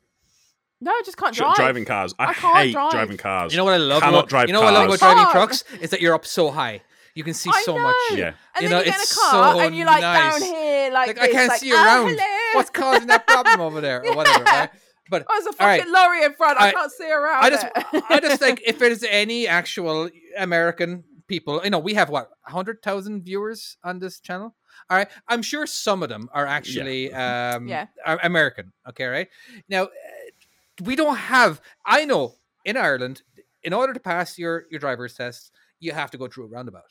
S2: no i just can't
S1: Dri-
S2: drive
S1: Driving cars. I,
S2: I can't
S1: hate
S2: drive.
S1: driving cars.
S4: You know what I love.
S1: Cannot
S4: About,
S1: drive
S4: you know what I love
S1: cars.
S4: about driving
S2: Can't.
S4: trucks is that you're up so high. You can see
S2: I
S4: so
S2: know.
S4: much.
S1: yeah.
S2: and then
S4: You know,
S2: you get in a
S4: it's
S2: car
S4: so
S2: and you're like down
S4: nice.
S2: here like,
S4: Like,
S2: this,
S4: I can't
S2: like,
S4: see
S2: "Oh,
S4: around.
S2: hello."
S4: What's causing that problem over there or whatever?
S2: Yeah.
S4: Right? But
S2: Oh, there's a
S4: All right.
S2: fucking lorry in front. I,
S4: I-
S2: can't see around.
S4: I just
S2: it.
S4: I just think if there's any actual American people, you know, we have what hundred thousand viewers on this channel. All right, I'm sure some of them are actually um,
S2: Yeah.
S4: are American. Okay, right now uh, we don't have. I know in Ireland, in order to pass your your driver's test, you have to go through a roundabout.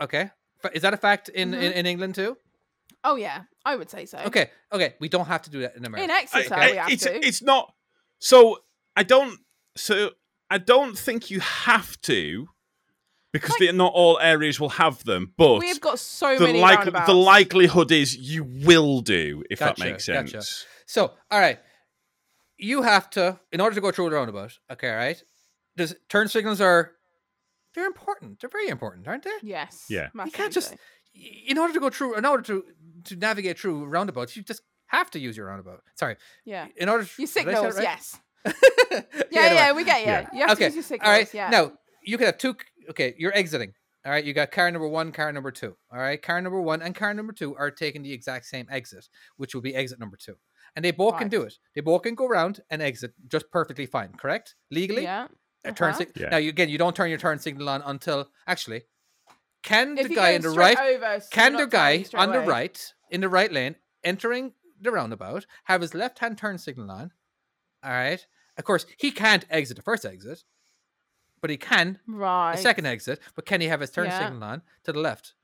S4: Okay, Fa- is that a fact in in, in England too?
S2: oh yeah, Mm-hmm. I would say so.
S4: Okay, okay, we don't have to do that in
S2: In
S4: America.
S1: I-
S2: Exeter,
S1: I-
S2: we have
S1: it's
S2: to.
S1: it's not. So I don't. So I don't think you have to, because
S2: Like-
S1: they're not all areas will have them. But
S2: We've got so
S1: the
S2: many
S1: like
S2: roundabouts.
S1: the likelihood is you will do if
S4: Gotcha,
S1: that makes sense.
S4: gotcha. So, all right, you have to in order to go through a roundabout. Okay, all right. Does turn signals are they're important. They're very important, aren't they? Y-
S2: Yes.
S1: Yeah. You
S2: massively
S4: can't just-
S2: so.
S4: In order to go through, in order to to navigate through roundabouts, you just have to use your roundabout. Sorry,
S2: Yeah.
S4: in order to
S2: Your
S4: did I say
S2: signals,
S4: that right?
S2: yes.
S4: Yeah,
S2: Yeah, yeah,
S4: anyway.
S2: we get you.
S1: Yeah.
S2: You have
S4: okay.
S2: to use your signals.
S4: all right.
S2: Yeah.
S4: Now you could have two. c- Okay, you're exiting. All right, you got car number one, car number two. All right, car number one and car number two are taking the exact same exit, which will be exit number two, and they both can
S2: Right.
S4: do it. They both can go round and exit just perfectly fine, correct? Legally,
S2: Yeah.
S4: a turn
S2: uh-huh.
S4: signal.
S1: Yeah.
S4: Now you, again, you don't turn your turn signal on until actually. Can
S2: If
S4: the
S2: you
S4: guy
S2: go
S4: in the
S2: straight
S4: right?
S2: over, so you're
S4: Can
S2: not
S4: the
S2: turning
S4: guy
S2: straight
S4: on the
S2: away.
S4: right in the right lane entering the roundabout have his left hand turn signal on? All right. Of course, he can't exit the first exit, but he can
S2: Right.
S4: the second exit. But can he have his turn
S2: Yeah.
S4: signal on to the left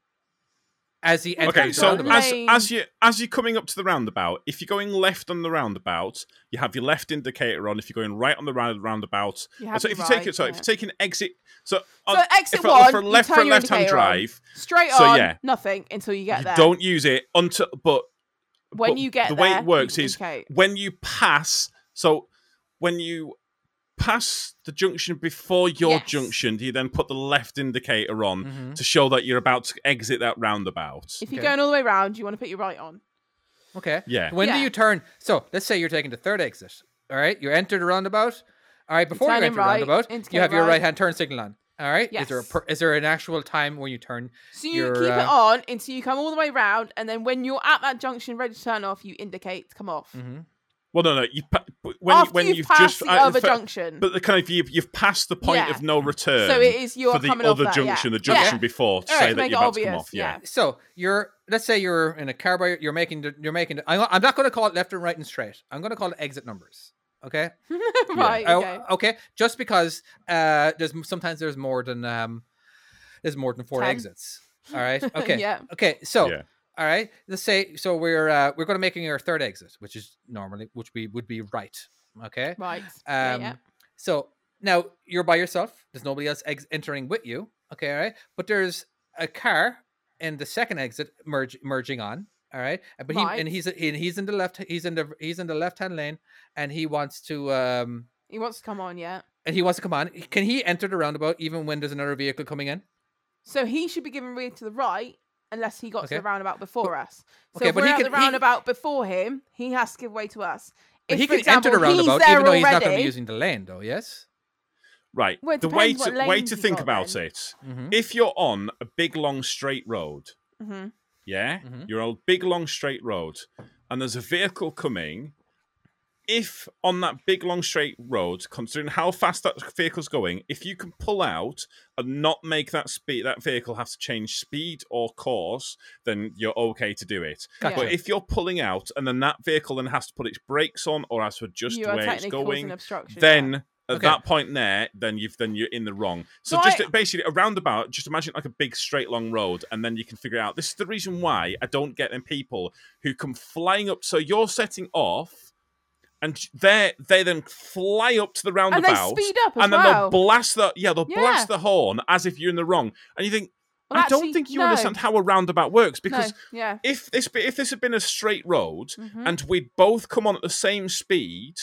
S4: as he
S2: Well,
S4: enters
S1: Okay,
S4: the
S1: so
S4: roundabout?
S1: as
S2: Lane.
S1: as you as you're coming up to the roundabout, if you're going left on the roundabout, you have your left indicator on. If you're going right on the round- roundabout,
S2: You have
S1: so
S2: your
S1: if you take
S2: right,
S1: it, so if
S2: yeah.
S1: you're taking exit, so,
S2: So
S1: on-
S2: exit
S1: for,
S2: one,
S1: for
S2: you
S1: left for
S2: turn your
S1: left hand
S2: indicator on.
S1: drive,
S2: Straight
S1: So,
S2: on,
S1: yeah.
S2: nothing until you get
S1: you
S2: there.
S1: don't use it until. But
S2: when
S1: but
S2: you get
S1: the way
S2: there,
S1: it works
S2: you
S1: is
S2: indicate.
S1: when you pass. So when you pass the junction before your
S2: Yes.
S1: junction, do you then put the left indicator on
S4: Mhm.
S1: to show that you're about to exit that roundabout?
S2: if you're
S4: Okay.
S2: going all the way round, you want to put your right on.
S4: Okay.
S1: Yeah.
S4: When do
S2: Yeah.
S4: you turn? So let's say you're taking the third exit. All right. You enter the roundabout. All right. Before you
S2: turning
S4: enter the
S2: right,
S4: roundabout, you
S2: indicate
S4: have your
S2: right.
S4: right hand turn signal on. All right. Is there a
S2: Yes.
S4: per, is there an actual time when you turn?
S2: So you
S4: your,
S2: keep it
S4: uh,
S2: on until you come all the way round, and then when you're at that junction ready to turn off, you indicate to come off.
S4: Mhm.
S1: Well, no, no. You pa- when
S2: After
S1: when
S2: you've,
S1: you've,
S2: passed
S1: just
S2: the
S1: uh,
S2: other
S1: fa-
S2: junction,
S1: but the kind of you've, you've passed the point
S2: Yeah.
S1: of no return.
S2: so it is you're
S1: for the
S2: coming
S1: other
S2: off that, yeah.
S1: junction, the
S2: Yeah.
S1: junction before, to
S4: All right,
S1: say
S2: to
S1: that
S2: make
S1: you're
S2: it
S1: about to come off.
S2: obvious,
S1: Yeah.
S4: So you're let's say you're in a car by you're making the, you're making the, I'm, I'm not going to call it left and right and straight. I'm going to call it exit numbers. Okay.
S2: right?
S4: Oh,
S2: Okay.
S4: okay. Just because uh, there's m- sometimes there's more than um, there's more than four
S2: Ten.
S4: exits. All right. Okay.
S2: yeah.
S4: Okay. So
S1: Yeah.
S4: all right. Let's say so we're uh, we're going to making our third exit, which is normally which we would be right. Okay.
S2: Right. yeah,
S4: Um,
S2: yeah.
S4: So now you're by yourself. There's nobody else ex- entering with you. Okay, all right. But there's a car in the second exit merge- merging on. All right, Uh, but he
S2: Right.
S4: and he's and he's in the left. He's in the he's in the left hand lane, and he wants to um
S2: He wants to come on, yeah.
S4: and he wants to come on. Can he enter the roundabout even when there's another vehicle coming in?
S2: So he should be giving read to the right unless he got
S4: Okay.
S2: to the roundabout before us. So
S4: okay,
S2: if
S4: but
S2: we're
S4: he
S2: at
S4: can-
S2: the
S4: he-
S2: roundabout before him, he has to give way to us.
S4: But
S2: If,
S4: he
S2: for
S4: can enter the
S2: example, he's
S4: roundabout
S2: there
S4: even though he's not going to
S2: already-
S4: be using the lane, though. Yes.
S1: Right.
S2: Well, it
S1: the way
S2: depends
S1: to
S2: what
S1: way
S2: lanes
S1: to
S2: you
S1: think
S2: got
S1: about
S2: then.
S1: it.
S4: Mhm.
S1: If you're on a big long straight road,
S2: Mhm.
S1: yeah,
S4: Mhm.
S1: you're on a big long straight road, and there's a vehicle coming. If on that big long straight road, considering how fast that vehicle's going, if you can pull out and not make that speed, that vehicle have to change speed or course, then you're okay to do it.
S2: Gotcha.
S1: But if you're pulling out and then that vehicle then has to put its brakes on or has to adjust
S2: you are
S1: where it's
S2: technically causing
S1: going,
S2: obstruction. yeah.
S1: then at
S4: Okay.
S1: that point there, then you've then you're in the wrong. So
S2: So
S1: just
S2: I-
S1: basically a roundabout, just imagine like a big straight long road, and then you can figure it out. This is the reason why I don't get them people who come flying up. So you're setting off, and they they then fly up to the
S2: and they
S1: roundabout.
S2: speed up as
S1: and then
S2: well.
S1: they'll blast the yeah they'll
S2: Yeah.
S1: blast the horn as if you're in the wrong, and you think
S2: Well,
S1: I don't
S2: actually,
S1: think you
S2: no,
S1: understand how a roundabout works
S2: no,
S1: because
S2: yeah,
S1: if this be- if this had been a straight road
S4: Mm-hmm.
S2: Mhm.
S1: and we'd both come on at the same speed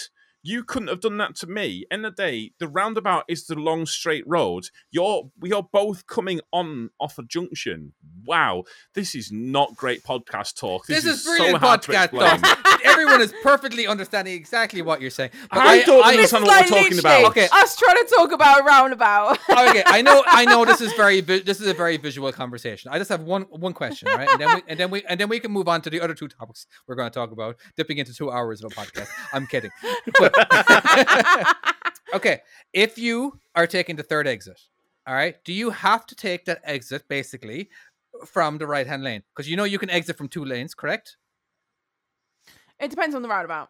S1: you couldn't have done that to me end of the day the roundabout is the long straight road you're we are both coming on off a junction wow this is not great podcast talk this,
S4: This is
S1: so
S4: brilliant
S1: hard to
S4: podcast
S1: explain.
S4: talk. Everyone is perfectly understanding exactly what you're saying. But
S1: I don't
S2: This
S1: understand
S2: is
S1: what
S2: like
S1: we're talking
S2: literally
S1: about
S4: Okay.
S2: us trying to talk about a roundabout.
S4: okay, I know, I know. This is very, vi- this is a very visual conversation. I just have one, one question, right? And then, we, and then we, and then we can move on to the other two topics we're going to talk about, dipping into two hours of a podcast. I'm kidding. But- okay, if you are taking the third exit, all right, do you have to take that exit basically from the right-hand lane because you know you can exit from two lanes, correct?
S2: it depends on the roundabout.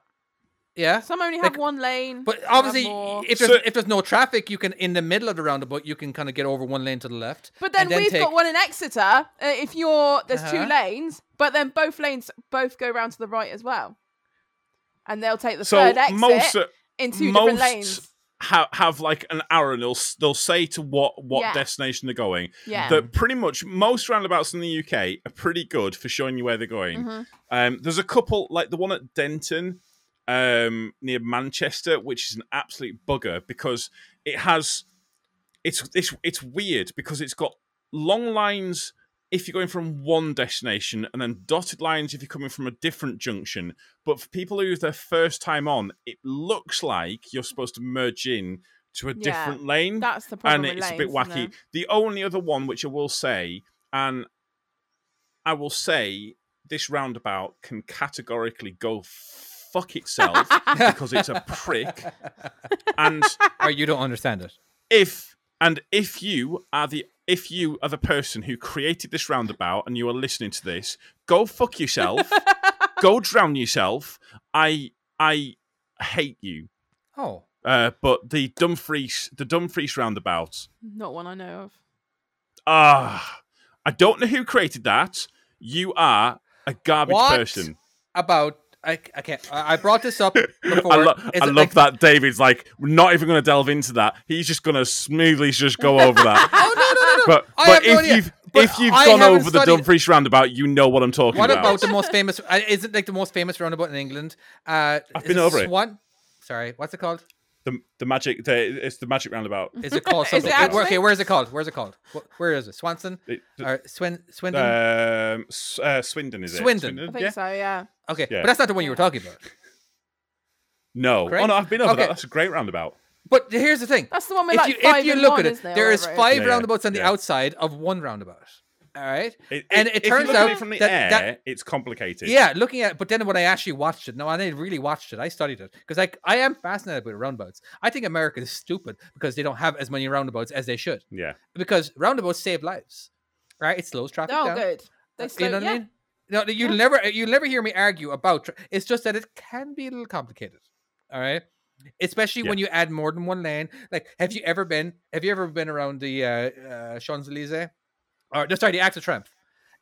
S4: Yeah.
S2: Some only have
S4: Like-
S2: one lane.
S4: But
S2: some have
S4: obviously,
S2: more.
S4: if there's,
S1: So-
S4: if there's no traffic, you can in the middle of the roundabout you can kind of get over one lane to the left.
S2: But then,
S4: and
S2: we've
S4: take-
S2: got one in Exeter. Uh, if you're there's
S4: Uh-huh.
S2: two lanes, but then both lanes both go round to the right as well, and they'll take the
S1: so
S2: third exit
S1: most uh,
S2: in two
S1: most
S2: different lanes.
S1: ha- have like an hour and they'll s- they'll say to what what
S2: Yeah.
S1: destination they're going
S2: Yeah,
S1: that pretty much most roundabouts in the UK are pretty good for showing you where they're going.
S2: Mhm.
S1: Um, there's a couple, like the one at Denton um, near Manchester, which is an absolute bugger because it has it's it's it's weird because it's got long lines if you're going from one destination and then dotted lines if you're coming from a different junction. But for people who is their first time on, it looks like you're supposed to merge in to a
S2: Yeah.
S1: different lane
S2: that's the problem.
S1: and
S2: with
S1: it's a bit
S2: lanes, isn't
S1: wacky. The only other one which I will say, and I will say this roundabout can categorically go fuck itself because it's a prick. And
S4: or you don't understand it.
S1: if and if you are the if you are the person who created this roundabout and you are listening to this, go fuck yourself. go drown yourself. I I hate you.
S4: Oh,
S1: Uh, but the Dumfries the Dumfries roundabout
S2: it? Not one I know of.
S1: Ah, I don't know who created that. You are a garbage
S4: What?
S1: person.
S4: about I okay. I I brought this up before.
S1: I, lo-
S4: Is
S1: I
S4: it
S1: love
S4: like-
S1: that David's like, we're not even going to delve into that. He's just going to smoothly just go over that.
S4: Oh no, no, no, no.
S1: But,
S4: I
S1: but
S4: have no
S1: if
S4: idea.
S1: you've
S4: But
S1: if you've
S4: I
S1: gone
S4: haven't
S1: over the
S4: studied-
S1: Dumfries roundabout, you know what I'm talking
S4: What
S1: about.
S4: about the most famous? uh, Is it like the most famous roundabout in England? Uh,
S1: I've
S4: is
S1: been over it.
S4: Swan. Sorry, what's it called?
S1: the the magic? The, it's the magic roundabout.
S4: Is it called
S2: Is
S4: something?
S2: it
S4: Uh, where-
S2: actually?
S4: okay, where's it called? Where's it called? Wh- Where is it? Swanson
S1: It-
S4: or Swin Swindon?
S1: um, S- uh, Swindon is
S4: Swindon.
S1: it?
S2: I think
S1: yeah.
S2: so. Yeah.
S4: okay,
S1: yeah.
S4: but that's not the one you were talking about.
S1: No.
S4: Correct?
S1: Oh no, I've been over
S4: Okay.
S1: that. That's a great roundabout.
S4: But here's the thing:
S2: That's the one with
S4: if
S2: like
S4: you
S2: five
S4: if you
S2: in
S4: look
S2: one,
S4: at it,
S2: isn't there, or
S4: there is
S2: whatever it
S4: five
S1: Yeah, yeah,
S4: roundabouts on the
S1: yeah.
S4: outside of one roundabout. All right,
S1: It,
S4: and it
S1: if you
S4: turns
S1: look at
S4: out
S1: it from the
S4: that, that
S1: air, it's complicated.
S4: Yeah, looking at but then when I actually watched it, no, I didn't really watched it. I studied it because I I am fascinated with roundabouts. I think America is stupid because they don't have as many roundabouts as they should
S1: Yeah.
S4: because roundabouts save lives, right? It slows traffic
S2: Oh,
S4: down.
S2: good. They slow,
S4: you know what
S2: yeah.
S4: I mean? No, you never you never hear me argue about. Tra- it's just that it can be a little complicated. All right. Especially
S1: Yeah.
S4: when you add
S2: Mm-hmm.
S4: more than one lane. Like, have you ever been? Have you ever been around the uh, uh, Champs Elysees Or no, sorry, the Axe of Triumph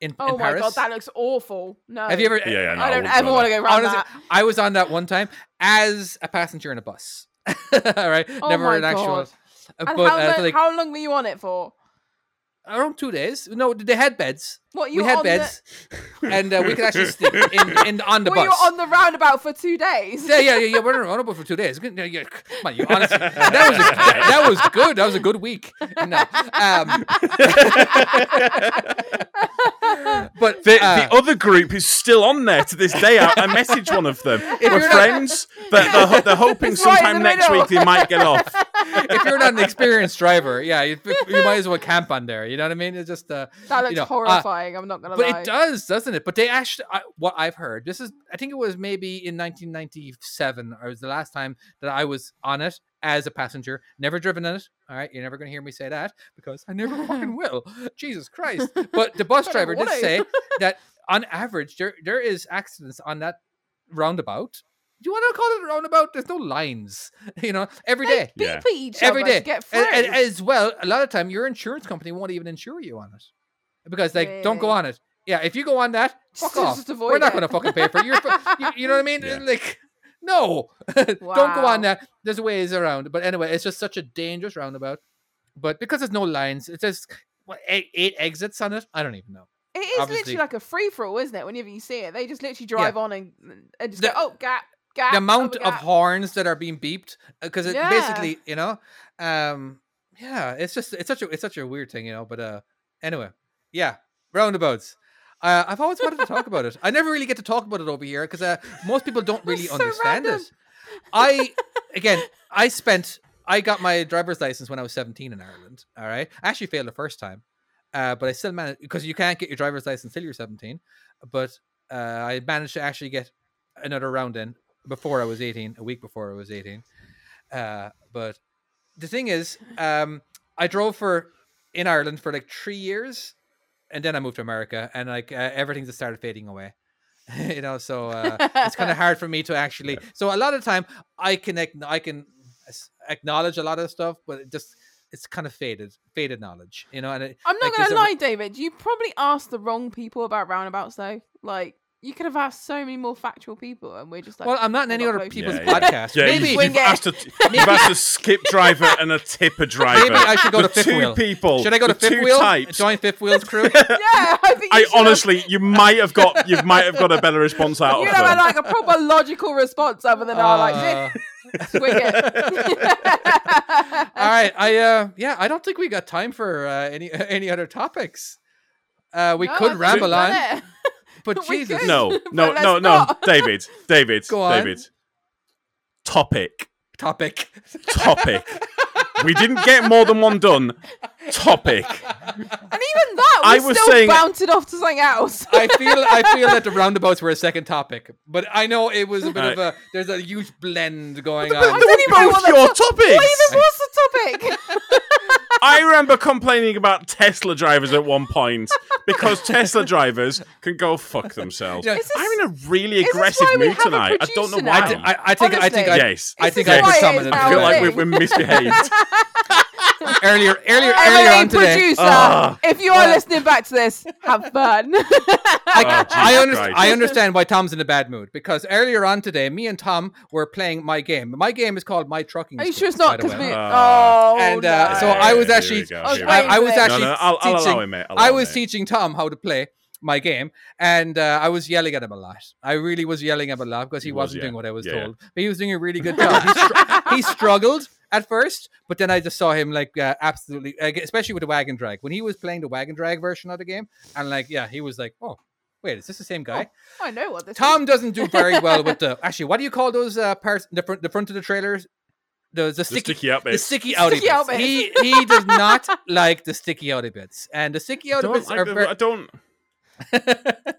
S4: in,
S2: Oh
S4: in
S2: my
S4: Paris.
S2: god, that looks awful. No.
S4: Have you ever? Oh,
S1: Yeah, yeah. No,
S2: I don't
S1: wouldn't
S2: ever
S1: go
S2: want to
S1: there.
S2: go round
S4: Honestly,
S2: that.
S4: I was on that one time as a passenger in a bus. All right,
S2: Oh
S4: never
S2: my
S4: an actual.
S2: God.
S4: uh,
S2: And
S4: but
S2: how,
S4: uh,
S2: long,
S4: for, like
S2: how long were you on it for?
S4: around two days. No, they had beds.
S2: What you
S4: we
S2: were
S4: had
S2: on
S4: beds, and uh, we could actually sleep in, in on
S2: The,
S4: the
S2: were
S4: bus.
S2: you on the roundabout for two days?
S4: yeah, yeah, yeah, yeah. We're on about for two days. Good- yeah, yeah, Come on, you honestly, that was a, that, that was good. That was a good week. No, um, but
S1: The,
S4: uh,
S1: the other group is still on there to this day. I, I messaged one of them.
S4: you're
S1: We're
S4: not-
S1: friends, but they're, ho- they're hoping
S2: It's right in
S1: sometime
S2: the
S1: next
S2: middle.
S1: week they might get off.
S4: if you're not an experienced driver, yeah, you, you might as well camp on there. You know what I mean? It's just uh,
S2: That looks
S4: you know, uh,
S2: horrifying. I'm not gonna
S4: but
S2: lie.
S4: it does, doesn't it? But they actually, I, what I've heard, this is, I think it was maybe in 1997, or it was the last time that I was on it as a passenger. Never driven in it. All right, you're never going to hear me say that because I never fucking will. Jesus Christ! But the bus
S2: I never
S4: driver did
S2: wanna.
S4: say that on average there there is accidents on that roundabout. Do you want to call it a roundabout? There's no lines. You know, every day.
S2: Beep
S1: Yeah.
S2: at each
S4: Every
S2: other
S4: day,
S2: to get through.
S4: And- and as well, a lot of time your insurance company won't even insure you on it because like don't go
S2: Really?
S4: on it. Yeah, if you go on that, fuck
S2: Just-
S4: off.
S2: just
S4: We're
S2: avoid
S4: not
S2: it.
S4: going to fucking pay for it. You're, fu- you, you know what I mean?
S1: Yeah.
S4: Like, no, don't go
S2: Wow.
S4: on that. There's ways around. But anyway, it's just such a dangerous roundabout. But because there's no lines, it says what, eight, eight exits on it. I don't even know.
S2: It is
S4: obviously-
S2: literally like a free for all, isn't it? Whenever you see it, they just literally drive on and, and just
S4: The-
S2: go, oh, gap, gap. oh,
S4: the amount of
S2: gap."
S4: horns that are being beeped because it
S2: Yeah.
S4: basically you know um yeah it's just it's such a it's such a weird thing you know but uh anyway yeah roundabouts uh, I've always wanted to talk about it. I never really get to talk about it over here because uh, most people don't really
S2: so
S4: understand it.
S2: random.
S4: I, again, I spent, I got my driver's license when I was 17 in Ireland. All right. I actually failed the first time, uh, but I still managed because you can't get your driver's license till you're 17. But uh, I managed to actually get another round in before I was 18, a week before I was 18. Uh, but the thing is, um, I drove for in Ireland for like three years, and then I moved to America, and like uh, everything just started fading away. you know, so uh, it's kind of hard for me to actually. So a lot of time I can ac- I can s- acknowledge a lot of stuff, but it just it's kind of faded faded knowledge. You know, and it,
S2: I'm not
S4: like,
S2: going
S4: there's
S2: to
S4: a-
S2: lie, David. You probably asked the wrong people about roundabouts, though. Like, you could have asked so many more factual people, and we're just like,
S4: well, I'm not in any
S2: we're
S4: other
S2: close
S4: people's
S1: Yeah, yeah.
S4: podcast.
S1: Yeah,
S4: Maybe
S1: you've,
S2: Wing
S1: you've
S2: it.
S1: asked a, you've asked a skip driver and a tipper driver.
S4: maybe I should go to
S1: The
S4: fifth
S1: two
S4: wheel.
S1: people.
S4: Should I go to
S1: the
S4: fifth
S1: two
S4: wheel?
S1: Types.
S4: Join fifth wheel's crew.
S2: yeah, I think you
S1: I
S2: should have-
S1: honestly, you might have got, you might have got a better response out
S2: You
S1: of
S2: know,
S1: them.
S2: like a proper logical response other than, oh,
S4: Uh,
S2: like, swing it.
S4: All right, I uh yeah, I don't think we got time for uh, any any other topics. Uh, we
S2: No, I
S4: could
S2: think
S4: ramble
S2: we've done
S4: on,
S2: Oh, it.
S4: but
S2: We
S4: Jesus,
S2: could.
S1: No,
S2: But
S1: no,
S2: let's
S1: no, no,
S2: not.
S1: David, David,
S4: Go on.
S1: David. Topic,
S4: topic.
S1: topic. we didn't get more than one done. Topic.
S2: And even that, we
S1: I was
S2: was still
S1: saying-
S2: bouncing off to something else.
S4: I feel I feel that the roundabouts were a second topic, but I know it was a bit of a there's a huge blend going on.
S2: don't even know
S1: Both
S2: what the
S1: your
S2: top-
S1: topics.
S2: What even was the topic?
S1: I remember complaining about Tesla drivers at one point because Tesla drivers can go fuck themselves.
S4: Yeah. Is
S2: this-
S1: I'm in a really
S2: this
S1: aggressive
S2: why we
S1: mood
S2: have a
S1: tonight. I don't know
S2: producer
S1: why.
S2: now?
S4: I, thi- I, I think I think I,
S2: Honestly.
S1: yes,
S4: I
S2: This
S4: think
S2: is
S4: I
S2: why
S4: was
S2: it
S4: summoned.
S2: is
S4: it.
S1: I feel
S2: our
S1: like
S2: thing.
S1: we're, we're misbehaved.
S4: earlier earlier earlier
S2: Emily,
S4: on today.
S2: producer,
S1: Ah.
S2: if you are listening back to this, have fun.
S1: Oh,
S4: I, I,
S1: Jesus
S4: under-
S1: Christ.
S4: I understand why Tom's in a bad mood because earlier on today, me and Tom were playing my game. My game is called My Trucking.
S2: are you sure
S4: School,
S2: it's
S4: by
S2: not?
S4: the
S2: Because
S4: way.
S2: we.
S1: Ah.
S2: oh,
S4: and uh,
S2: no.
S4: so I was
S1: Here we
S4: actually,
S1: go,
S2: I was here we
S4: I,
S2: go.
S4: I was
S2: No, no,
S4: actually
S1: I'll- I'll allow
S4: teaching.
S1: it, mate. I'll
S4: I
S1: allow
S4: was
S1: it.
S4: teaching Tom how to play my game, and uh, I was yelling at him a lot. I really was yelling at him a lot because he,
S1: He was,
S4: wasn't
S1: yeah.
S4: doing what I was
S1: Yeah, yeah.
S4: told, but he was doing a really good job. He, str- he struggled at first, but then I just saw him like uh, absolutely, like, especially with the wagon drag when he was playing the wagon drag version of the game, and like yeah, he was like, oh. Wait, is this the same guy?
S2: I know what this.
S4: Tom doesn't do very well with the. Actually, what do you call those uh, parts? The front, the front of the trailers, the the
S1: The
S4: sticky,
S1: sticky out
S4: the
S1: bit.
S4: sticky outie
S2: sticky
S4: bits.
S2: outie
S4: He he does not like the sticky outie bits, and the sticky outie
S1: Don't,
S4: bits
S1: I,
S4: are very.
S1: I don't.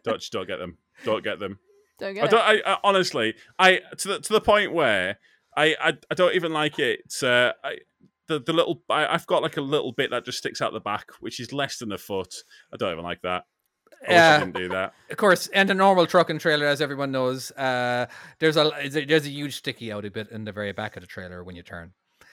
S1: don't just don't get them. Don't get them.
S2: is. Don't get
S1: I
S2: it.
S1: don't. I, I honestly, I to the to the point where I I, I don't even like it. Uh, I, the the little I, I've got like a little bit that just sticks out the back, which is less than a foot. I don't even like that. I wish I
S4: Yeah.
S1: didn't do that.
S4: Of course, and a normal truck and trailer, as everyone knows, uh, there's a there's a huge sticky outie bit in the very back of the trailer when you turn.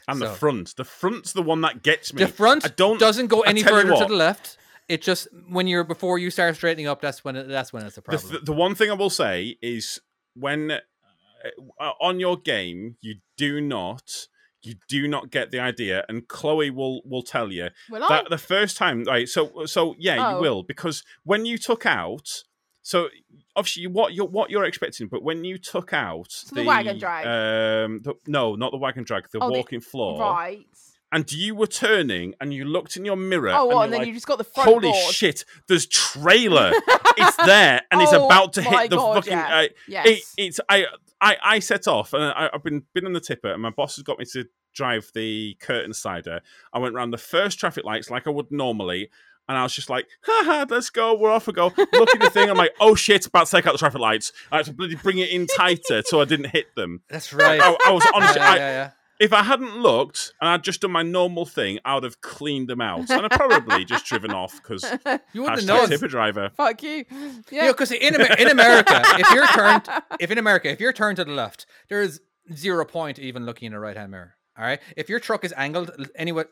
S1: And the
S4: So-
S1: front. The front's the one that gets me.
S4: The front
S1: I don't
S4: doesn't go
S1: I
S4: any
S1: tell you
S4: further to
S1: what.
S4: the left, It just when you're before you start straightening up, that's when it, that's when it's
S1: The,
S4: a problem.
S1: the, the one thing I will say is when uh, uh, on your game, you do not you do not get the idea, and Chloe will will tell you
S2: Will I?
S1: that the first time. Right, so so yeah,
S2: Oh.
S1: you will because when you took out. So obviously, you- what you're what you're expecting, but when you took out
S2: the wagon drag.
S1: um, the, no, not the wagon drag, the
S2: Oh, the-
S1: walking floor,
S2: Right.
S1: and you were turning and you looked in your mirror.
S2: Oh,
S1: and
S2: well,
S1: you're
S2: and then
S1: like,
S2: you just got the front
S1: Holy
S2: board.
S1: shit! There's trailer. it's there, and it's
S2: Oh
S1: about to
S2: my
S1: hit the
S2: God,
S1: fucking.
S2: yeah.
S1: Uh,
S2: Yes.
S1: it, it's I, I I set off, and I, I've been been in the tipper, and my boss has got me to drive the curtain slider. I went round the first traffic lights like I would normally. And I was just like, haha, let's go, we're off we go. Look at the thing, I'm like, oh shit, about to take out the traffic lights. I had to bloody bring it in tighter so I didn't hit them.
S4: that's right.
S1: I, I was
S4: yeah,
S1: Oh, honestly,
S4: yeah,
S1: I,
S4: yeah.
S1: if I hadn't looked and I'd just done my normal thing, I would have cleaned them out. And I probably just driven off because
S4: You wouldn't have
S1: hashtag
S4: known.
S1: tipper driver.
S2: Fuck you.
S4: Yeah,
S2: Yeah.
S4: because in, Amer- in America, if you're turned, if in America, if you're turned to the left, there is zero point even looking in a right hand mirror. All right, if your truck is angled l- anywhere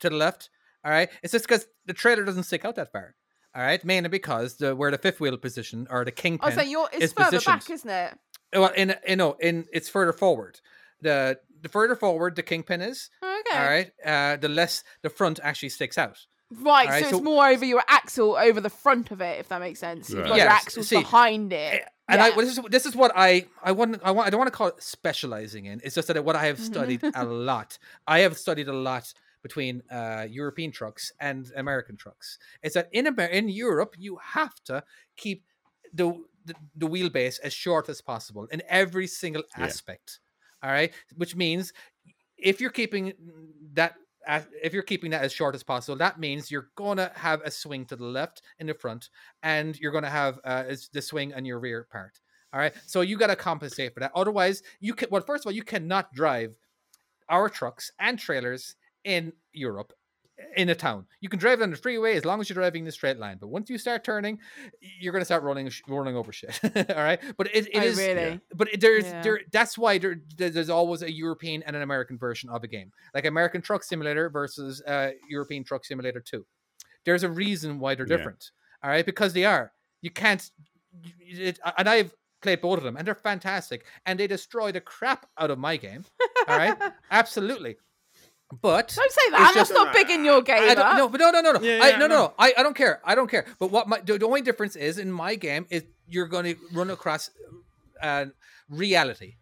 S4: to the left, all right, it's just because the trailer doesn't stick out that far. All right, mainly because the where the fifth wheel position or
S2: I
S4: the
S2: was
S4: kingpin.
S2: saying, Oh, you're, it's,
S4: It's
S2: further
S4: positions.
S2: back, isn't it?
S4: well, in, in no, in it's further forward. The the further forward the kingpin is,
S2: Okay.
S4: all
S2: Right,
S4: right, uh, the less the front actually sticks out. All right,
S2: so,
S4: so-
S2: it's more over your axle, over the front of it, if that makes sense. You've
S1: Right.
S2: got your
S4: Yes,
S2: axles
S4: see,
S2: behind it.
S4: and I
S2: Yeah.
S4: well, this is this is what I I wouldn't I want I don't want to call it specializing in. It's just that what I have studied a lot. I have studied a lot between uh, European trucks and American trucks. It's that in Amer- in Europe you have to keep the, the the wheelbase as short as possible in every single
S1: Yeah.
S4: aspect. All right, which means if you're keeping that as- if you're keeping that as short as possible, that means you're gonna have a swing to the left in the front, and you're gonna have uh, is the swing on your rear part. All right, so you gotta compensate for that. Otherwise, you can. Well, first of all, you cannot drive our trucks and trailers in Europe in a town. You can drive it on the freeway as long as you're driving in a straight line. But once you start turning, you're gonna start rolling sh- rolling over shit. all right, but it, it
S2: oh,
S4: is
S2: really?
S4: but it- there's
S2: Yeah.
S4: there that's why there, there- there's always a European and an American version of a game, like American Truck Simulator versus uh, European Truck Simulator Two. There's a reason why they're
S1: Yeah.
S4: different, all right? Because they are. You can't. y- y- It, and I've played both of them, and they're fantastic, and they destroy the crap out of my game. All right, absolutely. But
S2: Don't say that. That's
S4: just-
S2: not big in your game.
S4: I don't,
S2: up.
S4: no, but no, no, no, no.
S1: Yeah,
S4: I,
S1: yeah,
S4: no, no,
S1: no.
S4: no. I, I don't care. I don't care. But what my the, the only difference is in my game is you're going to run across uh, reality.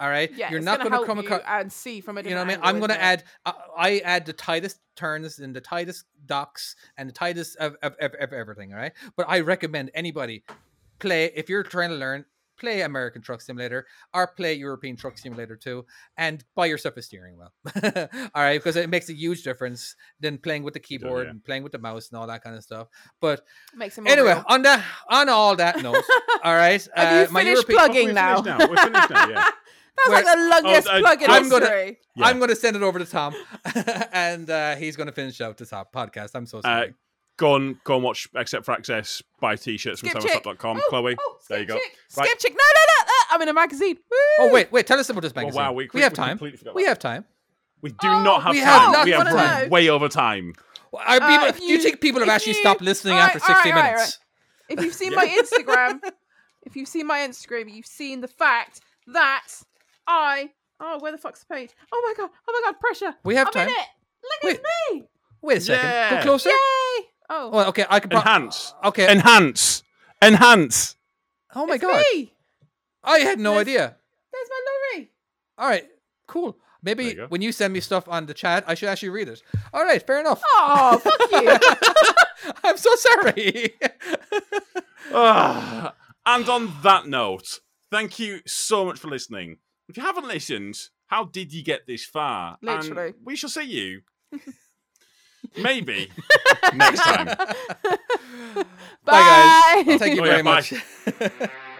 S4: All right.
S2: Yeah,
S4: you're
S2: it's
S4: not
S2: gonna
S4: going
S2: help
S4: to come
S2: you
S4: across.
S2: and see from a
S4: You know what I
S2: different
S4: mean? I'm
S2: angle,
S4: going to
S2: isn't it?
S4: add. I, I add the tightest turns and the tightest docks and the tightest of, of, of, of everything. All right. But I recommend anybody play if you're trying to learn. Play American Truck Simulator or play European Truck Simulator 2 and buy yourself a steering wheel. all right, because it makes a huge difference than playing with the keyboard
S1: yeah.
S4: and playing with the mouse and all that kind of stuff. But
S2: makes it more
S4: anyway,
S2: real.
S4: on that, on all that note, all right.
S2: Have you finished
S4: European-
S2: plugging
S1: We're
S2: now?
S1: finished now. We're finished now, yeah.
S2: That's
S4: Where-
S2: like the longest
S1: I-
S2: plug in
S4: I'm gonna-
S2: history.
S1: Yeah.
S4: I'm going to send it over to Tom, and uh, he's going to finish out this hot podcast. I'm so
S1: Uh,
S4: sorry.
S1: go on, go and watch Except for Access. Buy t-shirts from
S2: Skip
S1: SamStop.com.
S2: Oh,
S1: Chloe,
S2: oh,
S1: there you
S2: skip
S1: go.
S2: chick.
S1: Right.
S2: Skip chick. No, no, no, no. I'm in a magazine.
S4: oh
S2: Woo.
S4: wait, wait. Tell us about this
S1: Well,
S4: magazine.
S1: wow, we,
S4: have time.
S1: completely forgot
S4: We
S1: that.
S4: have time.
S1: We do
S2: Oh,
S1: not have
S4: we have
S1: time.
S4: not
S1: we have
S4: wanna
S1: run
S2: know.
S1: way over time.
S4: Are
S2: Uh,
S4: people,
S2: if
S4: do you
S2: you-
S4: think people have
S2: if
S4: actually
S2: you-
S4: stopped listening
S2: all right,
S4: after
S2: all right,
S4: 60
S2: all right, all
S4: minutes?
S2: If you've seen
S1: Yeah.
S2: my Instagram, if you've seen my Instagram, you've seen the fact that I. Oh, where the fuck's the page? Oh my god! Oh my god! Pressure.
S4: We have
S2: I'm
S4: time.
S2: in it. Look at me.
S4: Wait a second. Go
S1: Yeah.
S4: closer.
S2: Yay! Oh,
S4: Oh, okay. I can pro-
S1: Enhance.
S4: Okay.
S1: Enhance. Enhance.
S4: oh my
S2: it's
S4: god.
S2: me.
S4: I had no
S2: There's-
S4: idea.
S2: There's my lorry.
S4: All right. Cool. Maybe
S1: you go.
S4: when you send me stuff on the chat, I should actually read it. All right. Fair enough.
S2: Oh, fuck you.
S4: I'm so sorry.
S1: Ah. and on that note, thank you so much for listening. If you haven't listened, how did you get this far? And
S2: Literally.
S1: we shall see you maybe next time.
S4: Bye, guys.
S2: Bye.
S4: Thank you
S1: Oh, yeah,
S4: very
S1: bye.
S4: much.